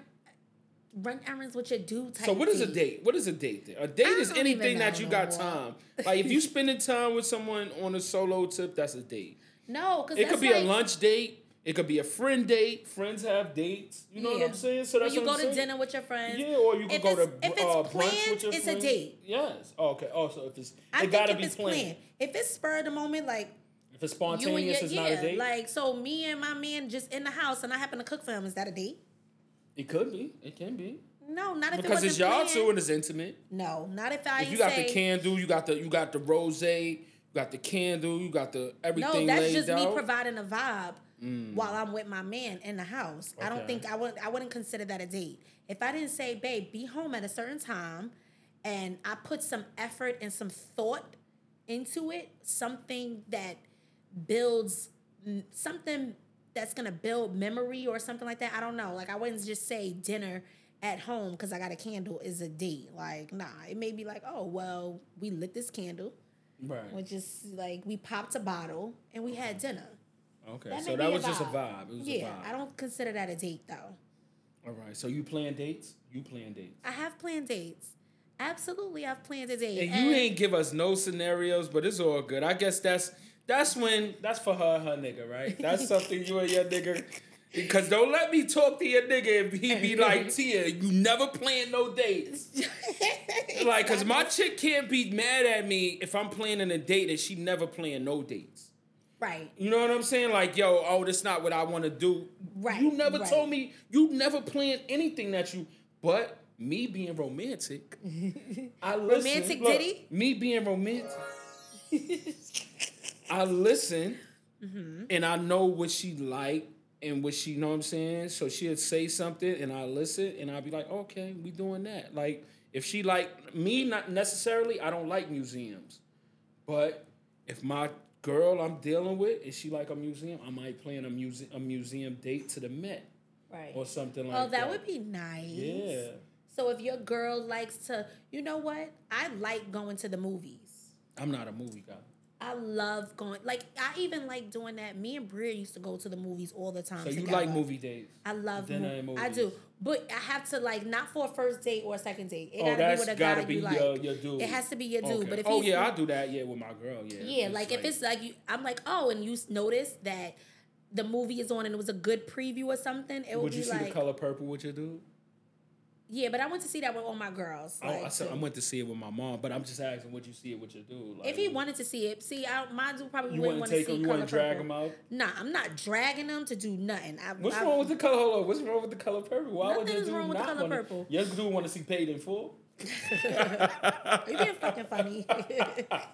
run errands with your dude type. So what is a date. date? What is a date? Then? A date I is don't even anything that know you no got more. time. Like if you spending time with someone on a solo tip, that's a date. No, because It could be like, a lunch date. It could be a friend date. Friends have dates. You know yeah. what I'm saying? So that's Or you what go I'm to saying. dinner with your friends. Yeah, or you could If go to it's- if it's uh, brunch planned, with your it's a friends. date. Yes. Oh, okay. Oh, so if it's it I think gotta if be it's planned. If it's spur of the moment, like If it's you and your spontaneous, it's not a yeah, date. like so me and my man just in the house and I happen to cook for him, is that a date? it could be. It can be No, not if because it wasn't it's y'all planned. two and it's intimate. No, not if I If you got say, the candle, you got the you got the rose, you got the candle, you got the No, everything that's laid just out. Mm. me providing a vibe while I'm with my man in the house. I don't Okay. think I would I wouldn't consider that a date. If I didn't say, babe, be home at a certain time and I put some effort and some thought into it, something that builds mm, something that's gonna build memory or something like that. I don't know. Like I wouldn't just say dinner at home because I got a candle is a date. Like, nah. It may be like, oh well, we lit this candle right. which is like we popped a bottle and we had dinner. Okay. That so may that be was just a vibe. It was yeah, a vibe. I don't consider that a date though. All right. So you plan dates? You plan dates. I have planned dates. Absolutely, I've planned a date. And you And ain't give us no scenarios, but it's all good. I guess that's that's when that's for her, and her nigga, right? That's something you and your nigga. Because don't let me talk to your nigga if he be like Tia, you never plan no dates. Like, cause my chick can't be mad at me if I'm planning a date and she never plan no dates. right, You know what I'm saying? Like, yo, oh, that's not what I want to do. Right, You never right. told me. You never planned anything that you. But me being romantic, I listen. Romantic Look, Diddy? Me being romantic, I listen, Mm-hmm. and I know what she like and what she. You know what I'm saying? So she'll say something, and I listen, and I'll be like, okay, we doing that. Like, if she like me, not necessarily. I don't like museums. But if my girl I'm dealing with is she like a museum, I might plan a museum a museum date to the Met right. or something like oh, that. that, would be nice. yeah. So if your girl likes to, you know what? I like going to the movies. I'm not a movie guy. I love going. Like I even like doing that. Me and Bria used to go to the movies all the time. So you together. like movie dates? I love Dinner mo- and I do, movies. but I have to like not for a first date or a second date. It oh, gotta be that's with a gotta guy be you like. your, your dude. It has to be your dude. Okay. But if oh he's, yeah, I do that. Yeah, with my girl. Yeah. yeah, like if it's like you, I'm like, oh, and you s- notice that the movie is on and it was a good preview or something. It would, would be you see like, the color purple with your dude? yeah, but I went to see that with all my girls. Oh, like, I, said, I too. went to see it with my mom, but I'm just asking, would you see it with your dude? Like, if he wanted to see it, see, I, my dude probably you wouldn't wouldn't want to take see him, you color wouldn't drag Purple. him out. Nah, I'm not dragging him to do nothing. I, What's I, wrong with the color? Hold on. What's wrong with the color purple? Why would Nothing your is dude wrong with the not color wanna- purple. Your dude want to see paid in full. You're being fucking funny.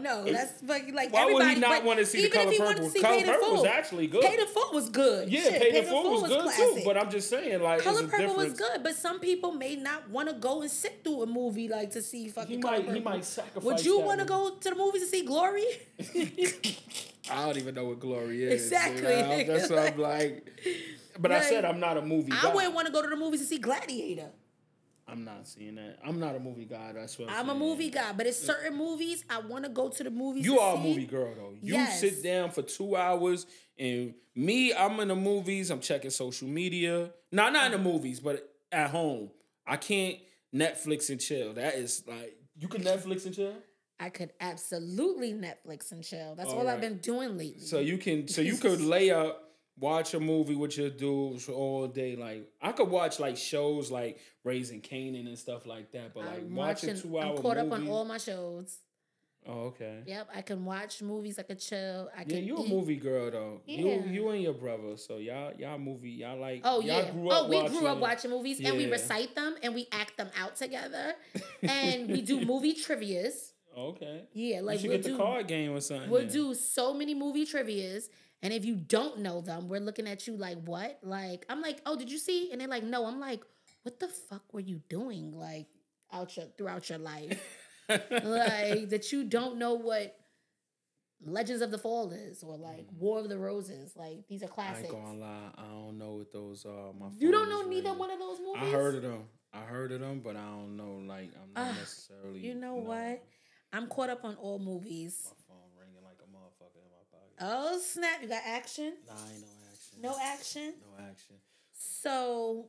no, that's fucking like Why would everybody. he not but want to see the even if color he wanted purple? to see color Paid in purple Full, was actually good. Paid in Full was good. yeah, Shit, paid in full was, good too. classic. But I'm just saying, like, color it's a purple was difference. good, but some people may not want to go and sit through a movie like to see fucking He color might, purple. he might sacrifice. Would you that want to one. go to the movies to see Glory? I don't even know what glory is. Exactly. know? That's what I'm like. But I Like, said I'm not a movie. I guy. wouldn't want to go to the movies to see Gladiator. I'm not seeing that. I'm not a movie guy. That's what I'm a saying. movie guy, but it's certain movies I want to go to the movies. Mm. You to are a see. movie girl though. You Yes. sit down for two hours, and me, I'm in the movies. I'm checking social media. No, not in the Uh-huh. movies, but at home. I can't Netflix and chill. That is like you can Netflix and chill. I could absolutely Netflix and chill. That's all, I've Alright. been doing lately. So you can, so you could lay up, watch a movie with your dudes all day. Like I could watch like shows like Raising Canaan and stuff like that. But like I'm watching watching. two hour I'm caught up on movie- all my shows. Oh, okay. Yep, I can watch movies. I can chill. I can. Yeah, you're a eat. movie girl though. You Yeah. you and your brother, so y'all y'all movie y'all like. Oh y'all yeah. Grew up Oh, we grew up watching- watching movies and we Yeah. recite them and we act them out together, and we do movie trivia's. Okay. Yeah, like you should we'll get the do card game or something. we'll then. do so many movie trivia's, and if you don't know them, we're looking at you like what? Like I'm like, oh, did you see? And they're like, no. I'm like, what the fuck were you doing? Like out your throughout your life. like that you don't know what Legends of the Fall is or like War of the Roses. Like these are Mm. I ain't classics. gonna lie, I don't know what those are. My You phone don't know is neither ringing. one of those movies. I heard of them. I heard of them, but I don't know. Like I'm not Ah, necessarily. you know what? I'm caught up on all movies. My phone ringing like a motherfucker in my pocket. Oh snap! You got action? nah, ain't no action. Oh. No action? No action. So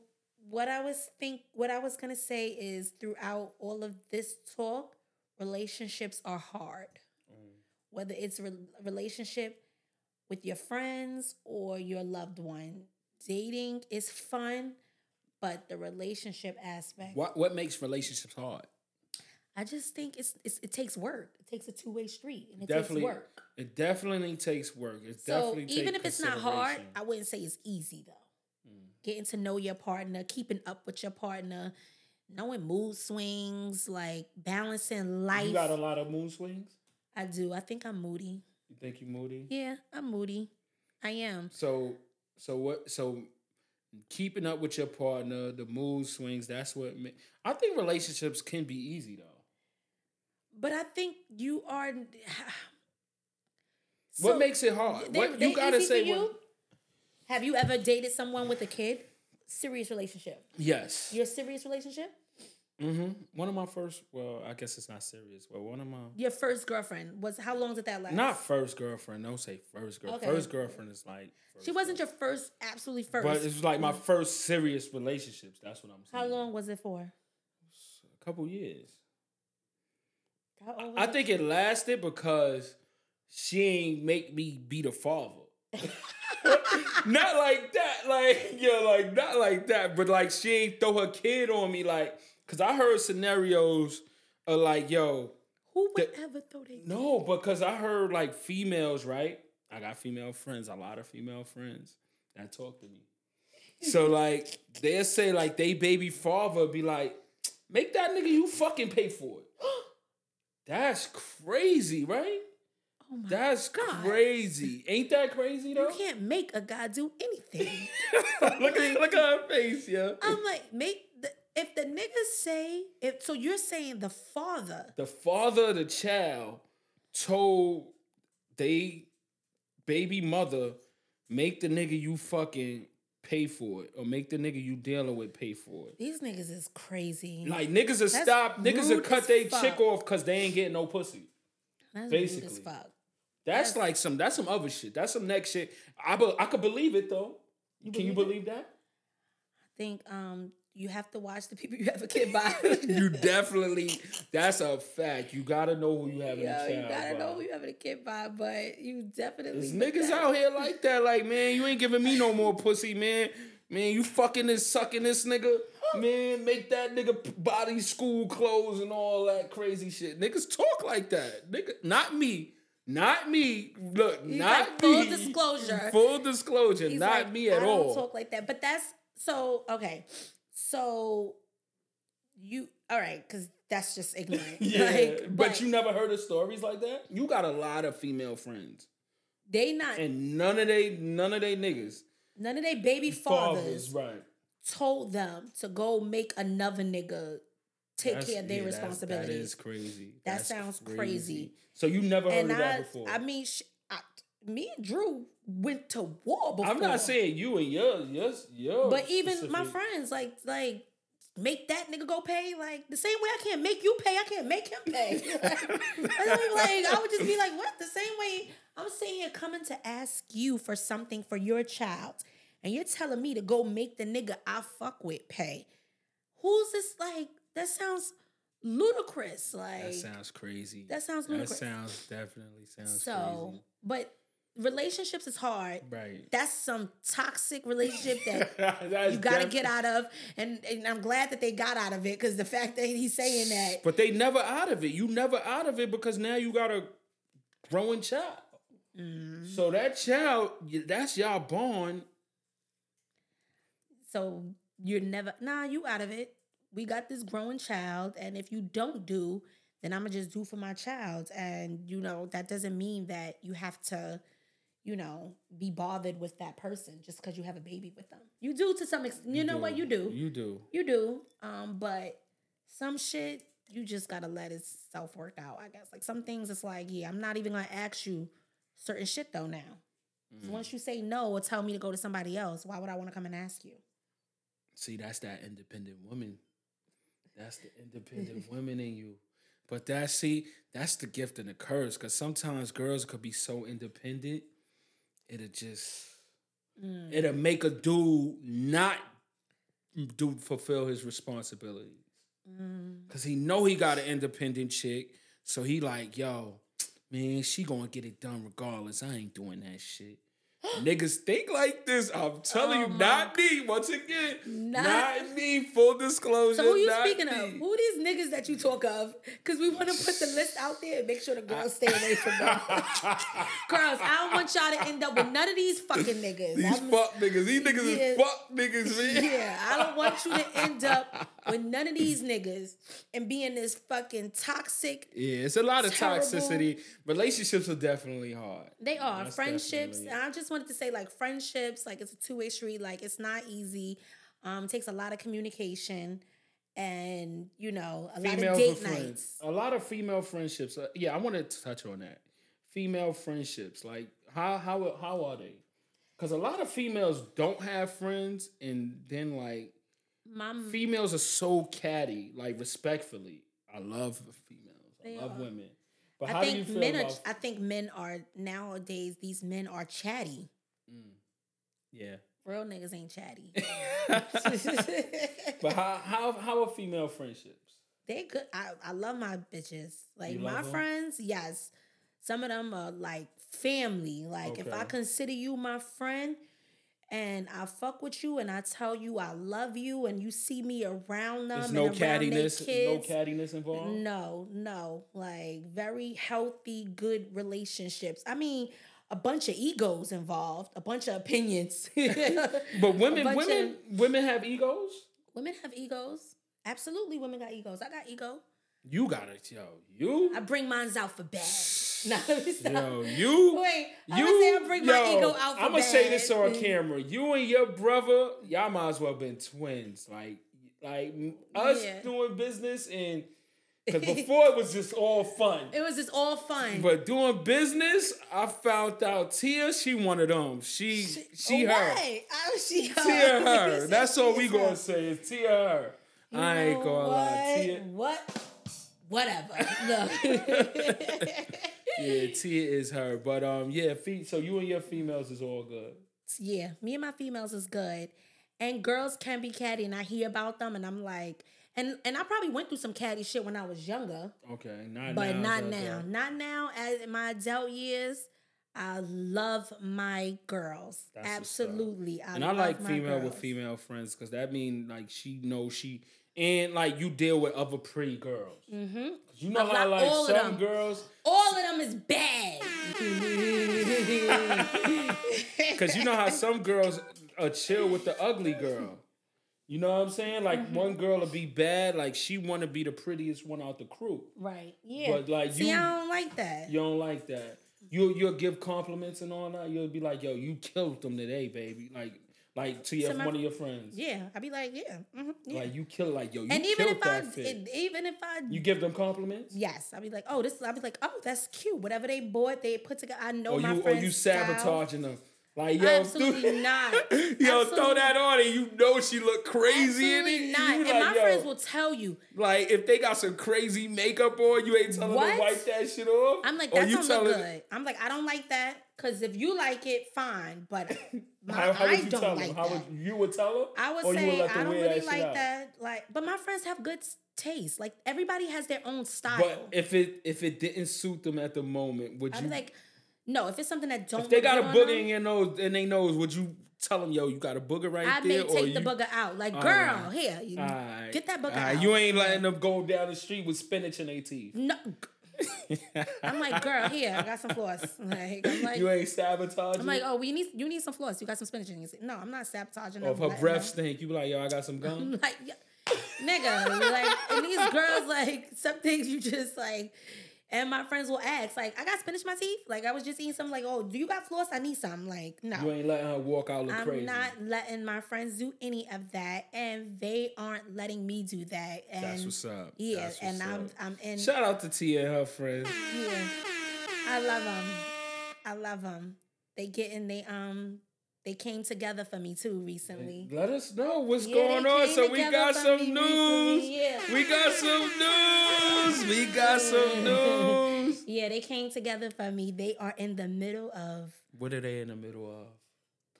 what I was think what I was gonna say is throughout all of this talk, relationships are hard. Mm. Whether it's a re- relationship with your friends or your loved one, dating is fun, but the relationship aspect, What what makes relationships hard? I just think it's, it's it takes work. It takes a two way street, and it Definitely. takes work. It definitely takes work. It So definitely even take if it's not hard, consideration. I wouldn't say it's easy though. Mm. Getting to know your partner, keeping up with your partner, knowing mood swings, like balancing you life. got a lot of mood swings. I do. I think I'm moody. You think you moody? Yeah, I'm moody. I am. So so what so keeping up with your partner, the mood swings, that's what ma- I think relationships can be easy though. But I think you are. So, what makes it hard? they- what they you got to easy for say you? what, Have you ever dated someone with a kid? Serious relationship. Yes. Your serious relationship? Mhm. One of my first well, I guess it's not serious, but one of my Your first girlfriend was how long did that last? not first girlfririend, don't say first girl. Okay. First girlfriend is like first She wasn't your first, absolutely first. But it's like my first serious relationships. That's what I'm saying. how long was it for? A couple years. How old was I it? think it lasted because she ain't make me be the father. not like that, like yeah, like not like that, but like she ain't throw her kid on me, like because I heard scenarios of like yo, Who would ever throw their no, because I heard like females, right? I got female friends, a lot of female friends that talk to me. So like they'll say like they baby father be like, make that nigga you fucking pay for it. That's crazy, right? Oh my That's God. crazy. Ain't that crazy though? You can't make a guy do anything. look at look at her face, yeah. I'm like, make the, if the niggas say if so you're saying the father. The father of the child told they baby mother make the nigga you fucking pay for it or make the nigga you dealing with pay for it. These niggas is crazy. Like niggas will That's stop, niggas will rude cut as they fuck. chick off because they ain't getting no pussy. That's rude as basically. fuck. That's That's- like some that's some other shit. That's some next shit. I be, I could believe it though. Can you believe that? I think um you have to watch the people you have a kid by. you definitely that's a fact. You gotta know who you have in the Yo, child. you gotta by. know who you having a kid by, but you definitely There's look niggas at- out here like that. Like, man, you ain't giving me no more pussy, man. Man, you fucking and sucking this nigga. Man, make that nigga p- body school clothes and all that crazy shit. Niggas talk like that. Nigga, not me. Not me. Look, He's not like, me. full disclosure. Full disclosure. He's not like, me at I all. Don't talk like that. But that's so okay. So you all right? Because that's just ignorant. yeah, Like, but, you never heard of stories like that. You got a lot of female friends, they not and none of they, none of they niggas, none of their baby fathers, fathers, right? told them to go make another nigga take That's- care of their yeah, that's- responsibilities. That is crazy. That That's sounds crazy. So you never heard and of that I, before. I I'm, mean, sh I, me and Drew went to war before. not saying you and yours, yes, yours. but even my specific- friends, like like make that nigga go pay like the same way I can't make you pay. I can't make him pay. like, like I would just be like, what? The same way I'm sitting here coming to ask you for something for your child, and you're telling me to go make the nigga I fuck with pay. Who's this? Like that sounds ludicrous. Like That sounds crazy. that sounds That ludicrous. sounds definitely sounds so, but relationships is hard. crazy. Right. That's some toxic relationship that That's you got to def- get out of. And, and I'm glad that they got out of it because the fact that he's saying that, But they never out of it. You never out of it because now you got a growing child. mm, So Mm-hmm. that child, y- that's y'all bond. so you're never, nah, you out of it. We got this growing child. And if you don't do, then I'm going to just do for my child. And, you know, that doesn't mean that you have to, you know, be bothered with that person just because you have a baby with them. You do to some extent. You, know what? You do. You do. You do. Um, but some shit you just gotta let itself work out, I guess. Like some things it's like, yeah, I'm not even gonna ask you certain shit though now. 'Cause Mm. Once you say no or tell me to go to somebody else, why would I wanna come and ask you? See, that's that independent woman. That's the independent woman in you. But that see, that's the gift and the curse. Cause sometimes girls could be so independent, it'll just it'll make a dude not do fulfill his responsibilities. Cause he know he got an independent chick. So he like, yo, man, she gonna get it done regardless. I ain't doing that shit. Niggas think like this. I'm telling you, not me. Once again, not, Oh Not- me. Full disclosure. So who you not speaking me. of? Who these niggas that you talk of? Cause we wanna put the list out there and make sure the girls stay away from them. girls, I don't want y'all to end up with none of these fucking niggas. These I'm- fuck niggas. These niggas Yeah. is fuck niggas, man. Yeah, I don't want you to end up with none of these niggas and be in this fucking toxic. Yeah, it's a lot of Terrible. toxicity. Relationships are definitely hard. They are That's friendships. definitely- And I just wanted to say, like friendships, like it's a two way street. Like it's not easy. Um, takes a lot of communication, and you know, a lot of Females are date friends. nights. A lot of female friendships. Uh, yeah, I want to touch on that. Female frienhips, like how how how are they? Because a lot of females don't have friends, and then like My females are so catty. Like respectfully, I love females. They I love are. women. But how I think do you feel men are. about? I think men are nowadays. These men are chatty. mm. yeah. Real niggas ain't chatty. But how how how are female friendships? They good. I, I love my bitches. Like You love my them? friends, yes. Some of them are like family. Like if I Okay. consider you my friend and I fuck with you and I tell you I love you and you see me around them There's and no around their cattiness. No kids, cattiness involved. no, no. Like very healthy, good relationships. I mean, a bunch of egos involved, a bunch of opinions. But A women bunch women women have egos. women have egos. Absolutely, women got egos. I got ego. You got it, yo. You I bring mine's out for bad. Nah, let me stop. Yo, you. Wait, I'm you, gonna say I bring my ego out. For I'm gonna say bad. Mm. this on camera. You and your brother, y'all might as well been twins. Like, like us Yeah. doing business and because before it was just all fun. It was just all fun. But doing business, I found out Tia. She one of them. She she Oh, her. why? Oh, she her. Tia You her. said That's all she we is gonna her. say is Tia her. I You ain't know gonna lie. what? Tia, What? Whatever. Look. yeah, Tia is her. But um, yeah. Fe- so you and your females is all good. yeah, me and my females is good, and girls can be catty, and I hear about them, and I'm like, and and I probably went through some catty shit when I was younger. Okay, not But now. not now. Not now. As in my adult years, I love my girls. That's what's up. Absolutely. I And I love like my female with girls. female friends because that mean like she knows she and like you deal with other pretty girls. Mm-hmm. You know I how like like all of some them. girls All of them is bad. because you know how some girls are chill with the ugly girl. You know what I'm saying? Like Mm-hmm. one girl will be bad, like she want to be the prettiest one out the crew. right. Yeah. But, like, See, you- I don't like that. You don't like that. You you'll give compliments and all that. You'll be like, "Yo, you killed them today, baby." Like like to your To my- one of your friends. yeah. I'd be like, yeah. mhm, yeah. Like you kill like yo. You and even killed if I, that fit. it- even if I, you give them compliments. yes, I'd be like, oh, this. I'd be like, oh, that's cute. Whatever they bought, they put together. I know or my Oh, you or friends. you style. sabotaging them. Like yo, Absolutely dude, not. yo, Absolutely throw that on and you know she look crazy in Absolutely it. not. You and like, my yo, will tell you. Like if they got some crazy makeup on, you ain't telling them What? to wipe that shit off. I'm like, Or that Oh, you don't look telling- good. I'm like, I don't like that. Cause if you like it, fine. But my, How, how I would you don't tell like them? How that. would you would tell them? I would Or you say let them I don't wear really that shit like out? that. Like, but my friends have good s- taste. Like everybody has their own style. But if it if it didn't suit them at the moment, would I'd you? be like, no, if it's something that don't. if they look got a good on them, booger in your nose and they nose, would you tell them, yo, you got a booger right I may there? take the you, Ah. booger out. Like, girl, right. here, you Alright. get that booger Alright, out. You ain't letting them go down the street with spinach in their teeth. No, I'm like, girl, here, I got some floss. Like, I'm like, you ain't sabotaging. I'm like, oh, we need you need some floss. You got some spinach in your No, I'm not sabotaging. or them, if her letting breath them- stink, you be like, yo, I got some gum. oh, I'm like, yeah, nigga, like, and these girls, like, some things you just like. And my friends will ask, like, I got spinach in my teeth. Like, I was just eating something. Like, oh, do you got floss? I need some. Like, no. You ain't letting her walk out look I'm crazy. not letting my friends do any of that, and they aren't letting me do that. And That's what's up. Yeah, That's what's and I'm up. I'm in. Shout out to Tia and her friends. yeah. I love them. I love them. They getting they um they came together for me too recently. Let us know what's Yeah, going they on. came So we together got for some me news. recently, yeah. We got some news. We got some Yeah. news. Yeah, they came together for me. They are in the middle of What are they in the middle of?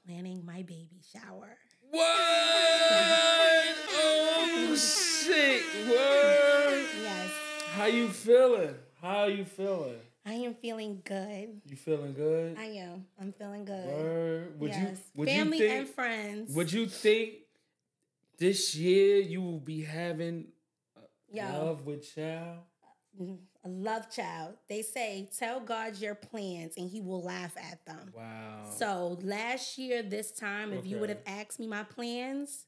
planning my baby shower. What? Oh shit! What? Yes, How you feeling? How you feeling? I am feeling good. You feeling good? I am. I'm feeling good. Word. Would yes. you? Would Family you think? and friends. Would you think this year you will be having Yo. Mm-hmm. love with child? a love child. They say, tell God your plans and he will laugh at them. Wow. So last year, this time, if you would have Okay. asked me my plans,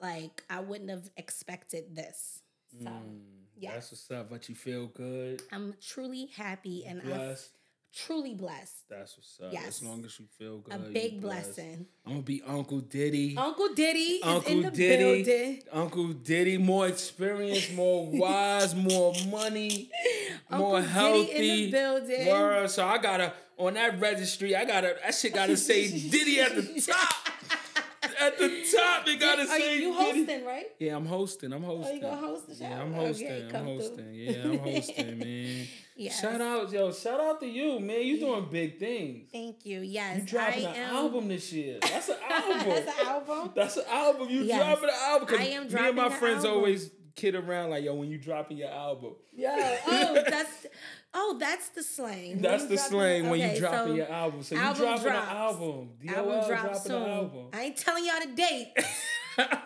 like I wouldn't have expected this. So Mm, yeah. That's what's up. But you feel good. I'm truly happy and I'm blessed. truly blessed. That's what's up. Yes. As long as you feel good. A you big blessed. blessing. I'm gonna be Uncle Diddy. Uncle Diddy is in Uncle the Diddy. building. Uncle Diddy, more experience, more wise, more money, more Uncle healthy. Diddy in the building. Word. So I gotta on that registry. I gotta that shit gotta say Diddy at the top. At the top, it gotta Are you, say you Diddy. hosting, right? Yeah, I'm hosting. I'm hosting. gonna host the show? Yeah, I'm Okay, hosting. I'm come through. hosting. Yeah, I'm hosting, man. Yes. Shout out, yo! Shout out to you, man. You doing big things. Thank you. Yes. You dropping I an am. album this year. That's an album. That's an album. That's an album. You Yes. dropping an album. 'Cause I am Me and dropping my the friends album. always kid around like, yo, when you dropping your album. Yo, oh, that's oh, that's the slang. When That's you the dropping- slang when you okay, dropping so your album. So you album dropping drops. an album. DOL album dropping drops soon. an album. I ain't telling y'all the date.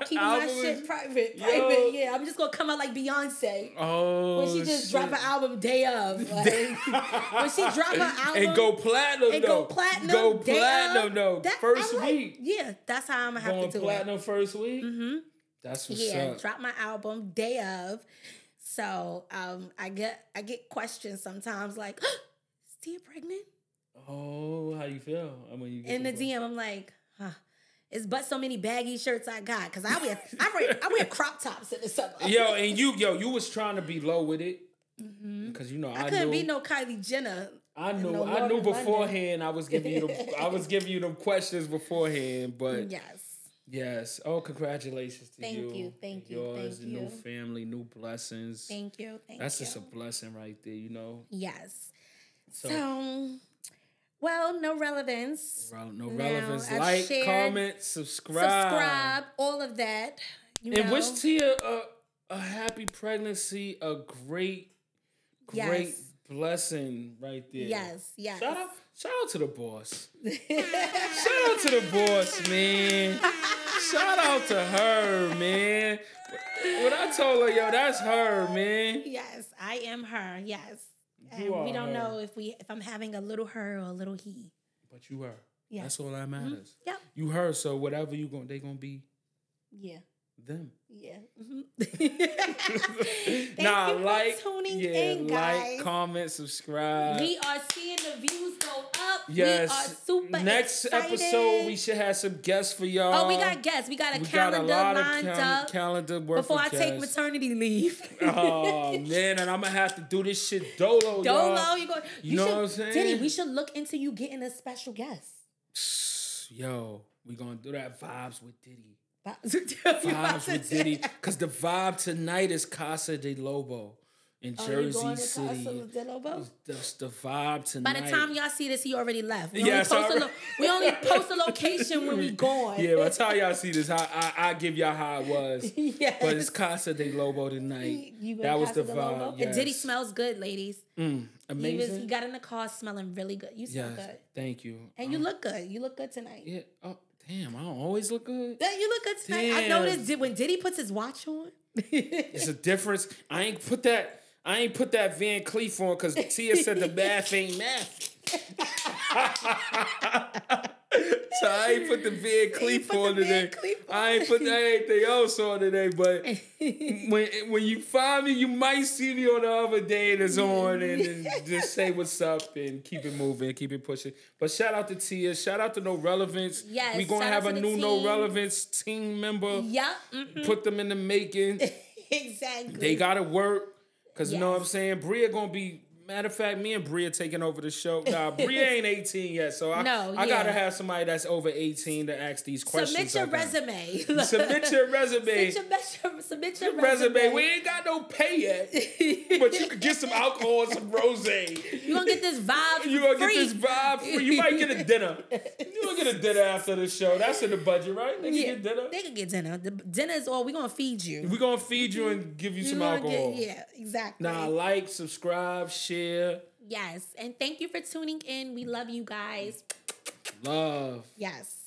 Keep my Album shit is- private. Yo. Private. Yeah, I'm just gonna come out like Beyonce. Oh, When she just drop an album day of, like, when she drop an album and go platinum and though. go platinum, Go day platinum of, though. that- First I like- week. Yeah, that's how I'm gonna have Going to do platinum first week. it. Mm-hmm. That's what's Yeah, up. drop my album day of. So um, I get I get questions sometimes like, "Is Tia pregnant?" oh, how you feel? I mean, you get in the question. DM, I'm like, huh, it's but so many baggy shirts I got because I wear I wear I wear crop tops in the summer. Yo, and you, yo, you was trying to be low with it because you know I, Mm-hmm. I, couldn't knew, be no Kylie Jenner. I knew, no I Lord knew in London. beforehand. I was giving you, them, I was giving you them questions beforehand, but Yes, yes. Oh, congratulations to Thank you. you, thank and you, yours, thank and New you. family, new blessings. thank you, thank That's you. just a blessing right there, you know. yes. So- So, well, no relevance. Rel- No Now, relevance. I've like, shared, comment, subscribe. Subscribe, all of that. You And know? wish Tia a, a happy pregnancy, a great, great Yes. blessing right there. yes, yes. Shout out, shout out to the boss. shout out to the boss, man. Shout out to her, man. When I told her, yo, that's her, man. Yes, I am her. Yes, and You we are don't her. know if we if I'm having a little her or a little he. But you her. Yeah. Mm-hmm. That's all that matters. Yep. You her, so whatever you going, to they gonna be Yeah. them. Yeah. Mm-hmm. Thank you for tuning in, guys. like, comment, subscribe. we are seeing the views go up. Yes. We are super Next excited. episode, we should have some guests for y'all. Oh, we got guests. We got a we got calendar a lot lined of cal- up calendar work before I for take guests. maternity leave. Oh man, and I'm gonna have to do this shit dolo. Dolo, y'all. you go. you know should, what I'm saying? Diddy, we should look into you getting a special guest. Yo, we gonna do that vibes with Diddy. Vibes Vibes with Diddy, because the vibe tonight is Casa de Lobo in Oh, Jersey City. That's the vibe By tonight. the time y'all see this, he already left. We, Yes, only, post alright. a lo- we only post a location when we gone. yeah, by the time y'all see this, I, I I give y'all how it was. Yes. But it's Casa de Lobo tonight. You in that was the Casa de Lobo? vibe. And Diddy yes. Mm, smells good, ladies. He, was, Amazing. he got in the car smelling really good. You smell yes. good. Thank you. And you look good. You look good tonight. Yeah. Oh, damn. I don't always look good. That you look good tonight. I Damn. noticed did, when Diddy puts his watch on. It's a difference. I ain't put that. I ain't put that Van Cleef on because Tia said the math ain't math. so I ain't put the Van Cleef put the on Van today. Cleef on. I ain't put anything else on today. But when when you find me, you might see me on the other day that's on, and then just say what's up and keep it moving, keep it pushing. But shout out to Tia. Shout out to No Relevance. Yes, we gonna shout have out a to new the No team. Relevance team member. yep. mhm. Put them in the making. Exactly. They gotta work. Cause you know what I'm Yes. saying? Bria gonna be matter of fact, me and Bria taking over the show. Nah, Bria ain't 18 yet, so I, No, I gotta yeah. have somebody that's over 18 to ask these questions. submit your sometimes. resume. Submit your resume. Submit your, best- submit your resume. resume. We ain't got no pay yet. but you could get some alcohol and some rose. you gonna get this vibe. You gonna free. get this vibe free. You might get a dinner. You gonna get a dinner after the show. That's in the budget, right? They can Yeah, get dinner. They can get dinner. The dinner is all we gonna feed you. we gonna feed you and give you, You some gonna get- alcohol. yeah, exactly. Nah, like, subscribe, share, Yes, and thank you for tuning in. We love you guys. love. Yes.